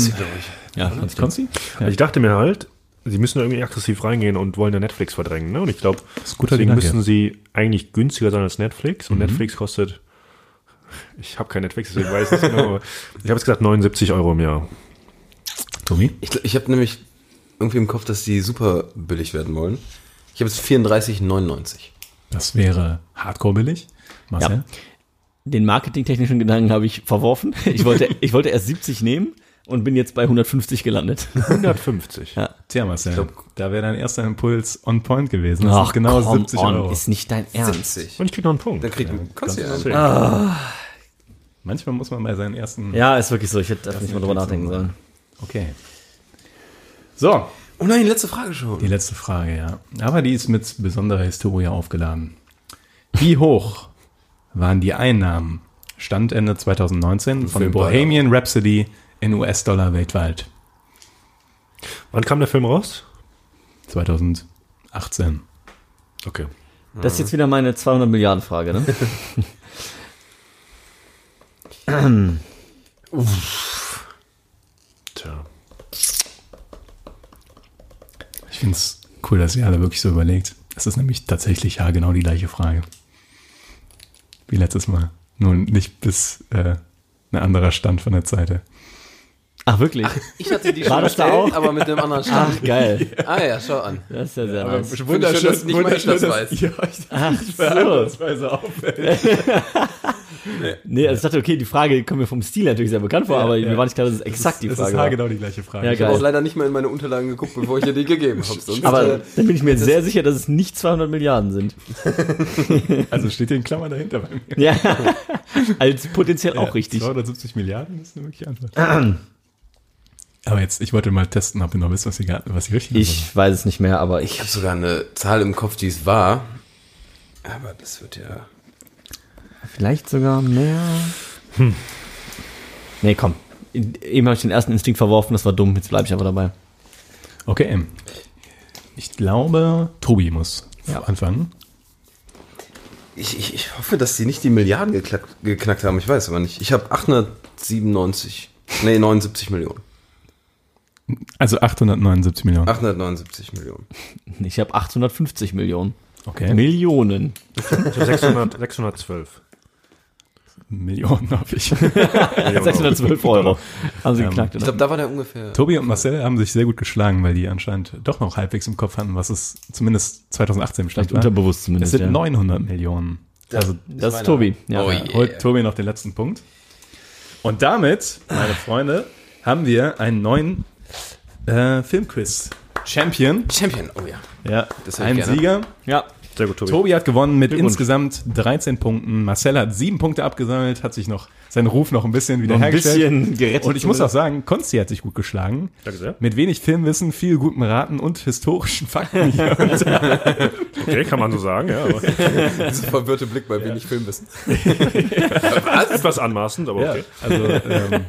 Speaker 7: Ja, ganz klar.
Speaker 1: Konzi?
Speaker 6: Also ich dachte mir halt, sie müssen da irgendwie aggressiv reingehen und wollen ja Netflix verdrängen. Ne? Und ich glaube,
Speaker 1: Das ist ein guter
Speaker 6: deswegen
Speaker 1: Gedanke.
Speaker 6: müssen sie eigentlich günstiger sein als Netflix. Und Netflix kostet, ich habe kein Netflix, deswegen weiß ich es genau. aber Ich habe jetzt gesagt 79 Euro im Jahr.
Speaker 1: Tobi?
Speaker 5: Ich, gl- ich habe nämlich irgendwie im Kopf, dass die super billig werden wollen. Ich habe jetzt 34,99.
Speaker 1: Das wäre hardcore billig. Marcel?
Speaker 7: Ja. Den marketingtechnischen Gedanken habe ich verworfen. Ich wollte, ich wollte erst 70 nehmen und bin jetzt bei 150 gelandet.
Speaker 6: 150.
Speaker 7: Ja.
Speaker 1: Tja, Marcel, da wäre dein erster Impuls on point gewesen. Das sind genau
Speaker 7: come
Speaker 1: 70
Speaker 7: on,
Speaker 1: Euro.
Speaker 7: Ist nicht dein Ernst.
Speaker 5: 70.
Speaker 6: Und ich krieg noch einen Punkt.
Speaker 5: Dann kriegt man kannst du ja einen.
Speaker 1: Manchmal muss man bei seinen ersten.
Speaker 7: Ja, ist wirklich so. Ich hätte da nicht mal drüber nachdenken sollen.
Speaker 1: Okay. So,
Speaker 5: Oh nein, letzte Frage schon.
Speaker 1: die letzte Frage, ja. Aber die ist mit besonderer Historie aufgeladen. Wie hoch waren die Einnahmen Stand Ende 2019 von
Speaker 5: Film
Speaker 1: Bohemian Rhapsody in US-Dollar weltweit?
Speaker 6: Wann kam der Film raus?
Speaker 1: 2018.
Speaker 6: Okay.
Speaker 7: Das ist jetzt wieder meine 200 Milliarden Frage, ne?
Speaker 6: Tja.
Speaker 1: Ich finde es cool, dass ihr alle wirklich so überlegt. Es ist nämlich tatsächlich ja genau die gleiche Frage. Wie letztes Mal. Nur nicht bis äh, ein anderer Stand von der Seite.
Speaker 7: Ach, wirklich?
Speaker 5: Ich hatte die
Speaker 7: War
Speaker 5: schon
Speaker 7: das da
Speaker 5: bestellt,
Speaker 7: auch?
Speaker 5: aber mit einem anderen Stand.
Speaker 7: geil.
Speaker 5: Ah ja, schau an.
Speaker 7: Das ist ja sehr nice.
Speaker 5: Wunderschön, dass nicht mal ich das weiß.
Speaker 1: Ja, ich dachte, ich so. auffällt.
Speaker 7: Nee, also ich dachte, okay, die Frage kommt mir vom Stil natürlich sehr bekannt vor, aber
Speaker 1: ja.
Speaker 7: mir war nicht klar, dass es exakt die
Speaker 1: Das ist
Speaker 7: Frage war.
Speaker 1: genau die gleiche Frage.
Speaker 7: Ja,
Speaker 1: Ich
Speaker 5: Ich
Speaker 7: geil.
Speaker 5: habe auch leider nicht mal in meine Unterlagen geguckt, bevor ich dir die gegeben habe. Sonst,
Speaker 7: Aber
Speaker 5: äh,
Speaker 1: Also,
Speaker 7: dann bin ich mir sehr sicher, dass es nicht 200 Milliarden sind.
Speaker 1: hab- Also steht hier in Klammern dahinter bei mir.
Speaker 7: Ja, als potenziell auch richtig.
Speaker 1: 270 Milliarden ist eine wirkliche Antwort. Aber jetzt, ich wollte mal testen, ob ihr noch wisst, was ihr, gerade- was ihr richtig
Speaker 7: Ich weiß es nicht mehr, aber
Speaker 5: ich
Speaker 7: ich.
Speaker 5: habe sogar eine Zahl im Kopf, die es war. Aber das wird ja.
Speaker 7: Vielleicht sogar mehr. Hm. Nee, komm. Eben habe ich den ersten Instinkt verworfen, das war dumm, jetzt bleibe ich aber dabei.
Speaker 1: Okay. Ich glaube, Tobi muss
Speaker 7: Ja.
Speaker 1: anfangen.
Speaker 5: Ich, ich, ich hoffe, dass sie nicht die Milliarden geknackt, geknackt haben. Ich weiß aber nicht. Ich habe 897. Nee, 79 Millionen.
Speaker 1: Also 879 Millionen.
Speaker 5: 879 Millionen.
Speaker 7: Ich habe 850 Millionen.
Speaker 1: Okay.
Speaker 7: Millionen.
Speaker 6: Ich habe 600, 612.
Speaker 1: Millionen habe ich. genau.
Speaker 7: 612 Euro. Haben
Speaker 1: Ähm,
Speaker 7: sie geknackt.
Speaker 5: Ich
Speaker 7: Oder?
Speaker 5: glaube, da war der ungefähr.
Speaker 1: Tobi und Marcel haben sich sehr gut geschlagen, weil die anscheinend doch noch halbwegs im Kopf hatten, was es zumindest 2018 stand.
Speaker 7: Vielleicht unterbewusst
Speaker 1: Es
Speaker 7: zumindest.
Speaker 1: sind
Speaker 7: ja.
Speaker 1: 900 Millionen. Also
Speaker 7: Das ist Tobi. Ja.
Speaker 5: Oh,
Speaker 7: ja.
Speaker 5: yeah.
Speaker 1: holt Tobi noch den letzten Punkt. Und damit, meine Freunde, haben wir einen neuen äh, Filmquiz. Champion.
Speaker 5: Champion. Oh ja.
Speaker 1: Ja,
Speaker 5: Das hätte
Speaker 1: ein
Speaker 5: ich gerne.
Speaker 1: Sieger.
Speaker 7: ja.
Speaker 6: Sehr gut, Tobi.
Speaker 1: Tobi hat gewonnen mit
Speaker 7: Glückwunsch.
Speaker 1: insgesamt 13 Punkten. Marcel hat 7 Punkte abgesammelt, hat sich noch seinen Ruf noch ein bisschen wieder
Speaker 7: Ein bisschen gerettet.
Speaker 1: Und ich muss auch sagen, Konzi hat sich gut geschlagen.
Speaker 6: Danke sehr.
Speaker 1: Mit wenig Filmwissen, viel gutem Raten und historischen Fakten hier. Und
Speaker 6: Okay, kann man so sagen, ja. Aber
Speaker 5: Dieser verwirrte Blick bei wenig Filmwissen.
Speaker 6: etwas anmaßend, aber okay.
Speaker 1: Also, ähm,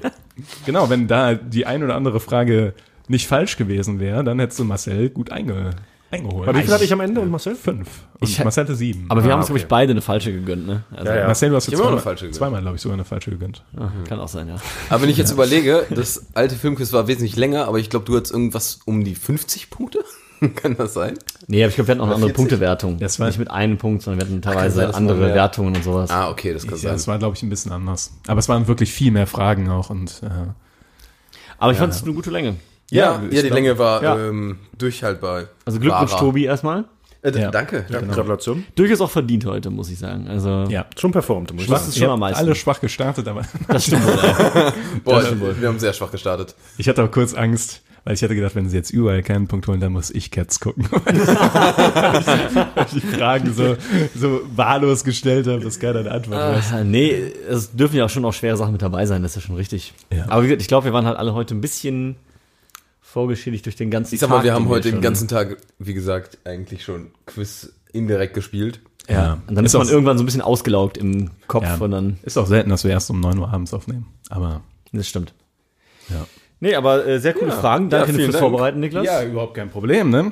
Speaker 1: genau, wenn da die ein oder andere Frage nicht falsch gewesen wäre, dann hättest du Marcel gut einge eingeholt.
Speaker 6: Wie viel hatte ich am Ende und Marcel?
Speaker 1: Fünf. Und
Speaker 7: Ich ha-
Speaker 1: Marcel hatte sieben.
Speaker 7: Aber wir haben uns,
Speaker 6: okay.
Speaker 7: glaube ich, beide eine falsche gegönnt, ne? Also,
Speaker 6: Ja, ja.
Speaker 1: Marcel, du hast jetzt
Speaker 5: hab auch
Speaker 1: zweimal,
Speaker 5: eine falsche gegönnt.
Speaker 1: zweimal glaube ich, sogar eine falsche gegönnt.
Speaker 7: Kann auch sein, ja.
Speaker 5: Aber wenn ich jetzt überlege, das alte Filmquiz war wesentlich länger, aber ich glaube, du hattest irgendwas um die 50 Punkte. Kann das sein?
Speaker 7: Nee, aber ich glaube, wir hatten auch eine andere Punktewertung.
Speaker 1: Das war-
Speaker 7: nicht mit einem Punkt, sondern wir hatten
Speaker 5: sein,
Speaker 7: teilweise
Speaker 5: dass man
Speaker 7: andere
Speaker 5: mehr-
Speaker 7: Wertungen und sowas.
Speaker 5: Ah, okay, das kann
Speaker 1: Ja,
Speaker 5: sein.
Speaker 1: das war, glaube ich, ein bisschen anders. Aber es waren wirklich viel mehr Fragen auch und äh,
Speaker 7: Aber ich fand es eine gute Länge.
Speaker 5: Ja, ja,
Speaker 1: ich
Speaker 5: die
Speaker 1: glaub-
Speaker 5: Länge war
Speaker 7: ja.
Speaker 5: ähm, durchhaltbar.
Speaker 7: Also Glückwunsch,
Speaker 5: Wahrer.
Speaker 7: Tobi, erstmal.
Speaker 5: Äh, d-
Speaker 1: Ja.
Speaker 5: Danke. danke.
Speaker 6: Gratulation.
Speaker 7: Durchaus auch verdient heute, muss ich sagen. Also,
Speaker 1: Ja.
Speaker 6: Schon performt, muss ich
Speaker 7: Was
Speaker 6: sagen.
Speaker 7: ist
Speaker 1: Ihr
Speaker 7: schon
Speaker 1: habt
Speaker 7: am meisten?
Speaker 1: Alle schwach gestartet, aber
Speaker 7: Das stimmt wohl. auch.
Speaker 5: Boah, wir haben sehr schwach gestartet.
Speaker 1: ich hatte auch kurz Angst, weil ich hatte gedacht, wenn sie jetzt überall keinen Punkt holen, dann muss ich Cats gucken. Weil ich die Fragen so, so wahllos gestellt habe, dass keiner eine Antwort weiß.
Speaker 7: Ah, nee, es dürfen ja auch schon auch schwere Sachen mit dabei sein, das ist ja schon richtig.
Speaker 1: Ja.
Speaker 7: Aber wie gesagt, ich glaube, wir waren halt alle heute ein bisschen vorgeschädigt durch den ganzen
Speaker 5: Ich sag mal, wir haben
Speaker 7: den
Speaker 5: heute den
Speaker 7: schon-
Speaker 5: ganzen Tag, wie gesagt, eigentlich schon Quiz indirekt gespielt.
Speaker 1: Ja.
Speaker 7: Und dann ist,
Speaker 1: auch,
Speaker 7: man irgendwann so ein bisschen ausgelaugt im Kopf
Speaker 1: ja,
Speaker 7: und dann.
Speaker 1: ist auch selten, dass wir erst um 9 Uhr abends aufnehmen. Aber
Speaker 7: Das stimmt.
Speaker 1: Ja.
Speaker 7: Nee, aber äh, sehr coole Fragen. Danke
Speaker 5: vielen
Speaker 7: fürs
Speaker 5: Dank.
Speaker 7: Vorbereiten, Niklas.
Speaker 1: ja, überhaupt kein Problem, ne?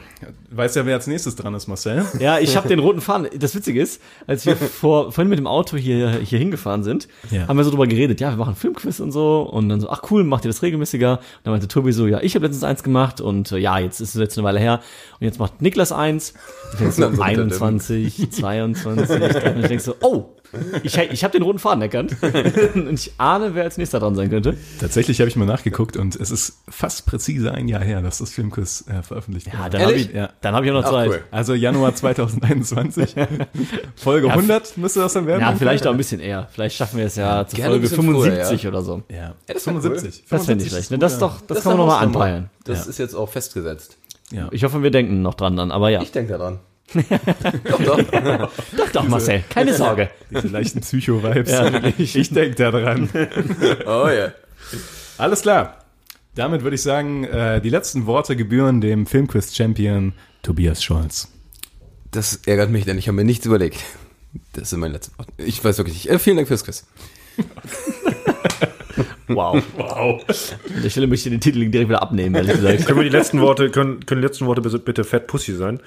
Speaker 1: Weiß ja, wer als nächstes dran ist, Marcel.
Speaker 7: Ja, ich habe den roten Faden. Das Witzige ist, als wir vor, vorhin mit dem Auto hier, hier hingefahren sind,
Speaker 1: Ja.
Speaker 7: haben wir so drüber geredet, ja, wir machen Filmquiz und so. Und dann so, ach cool, macht ihr das regelmäßiger? Und dann meinte Tobi so, ja, ich habe letztens eins gemacht und äh, ja, jetzt ist es jetzt eine Weile her. Und jetzt macht Niklas eins. Ich denk so,
Speaker 5: Dann so mit der
Speaker 7: 21, 22. Und ich denk so, oh, ich, ich habe den roten Faden erkannt. und ich ahne, wer als nächster dran sein könnte.
Speaker 1: Tatsächlich habe ich mal nachgeguckt und es ist fast präzise ein Jahr her, dass das Filmquiz äh, veröffentlicht
Speaker 7: Ja,
Speaker 1: wurde.
Speaker 7: Ah, dann habe
Speaker 5: Ehrlich?
Speaker 7: ich,
Speaker 1: Ja.
Speaker 7: dann hab ich auch noch
Speaker 5: Ach,
Speaker 7: Zeit.
Speaker 5: cool.
Speaker 1: Also Januar 2021, Folge 100 müsste das dann werden.
Speaker 7: Ja, vielleicht auch ein bisschen eher. Vielleicht schaffen wir es ja zur
Speaker 5: Gerne ein
Speaker 7: Folge
Speaker 5: bisschen früher,
Speaker 7: 75 oder so.
Speaker 1: Ja,
Speaker 5: das wär
Speaker 1: 75.
Speaker 7: Das finde
Speaker 1: 75
Speaker 7: ich schlecht.
Speaker 1: ist
Speaker 7: Ne?
Speaker 1: gut,
Speaker 7: Das, ist
Speaker 1: ja.
Speaker 7: doch, das, kann man nochmal anpeilen.
Speaker 5: Das ist jetzt auch festgesetzt.
Speaker 1: Ja.
Speaker 7: Ich hoffe, wir denken noch dran dann. Aber ja.
Speaker 5: Ich denke daran. doch, doch.
Speaker 7: doch, doch, Marcel. Keine Sorge.
Speaker 1: Diese leichten Psycho-Vibes.
Speaker 7: Ja, wirklich.
Speaker 1: ich denke da dran.
Speaker 5: Oh ja.
Speaker 1: Alles klar. Damit würde ich sagen, äh, die letzten Worte gebühren dem Filmquiz-Champion Tobias Scholz.
Speaker 5: Das ärgert mich, denn ich habe mir nichts überlegt. Das sind meine letzten Worte. Ich weiß wirklich nicht. Äh, vielen Dank fürs Quiz.
Speaker 7: Wow.
Speaker 6: Wow.
Speaker 7: An der Stelle möchte ich den Titel direkt wieder abnehmen, ehrlich gesagt.
Speaker 6: Können wir die letzten Worte, können, können die letzten Worte bitte, bitte Fat Pussy sein?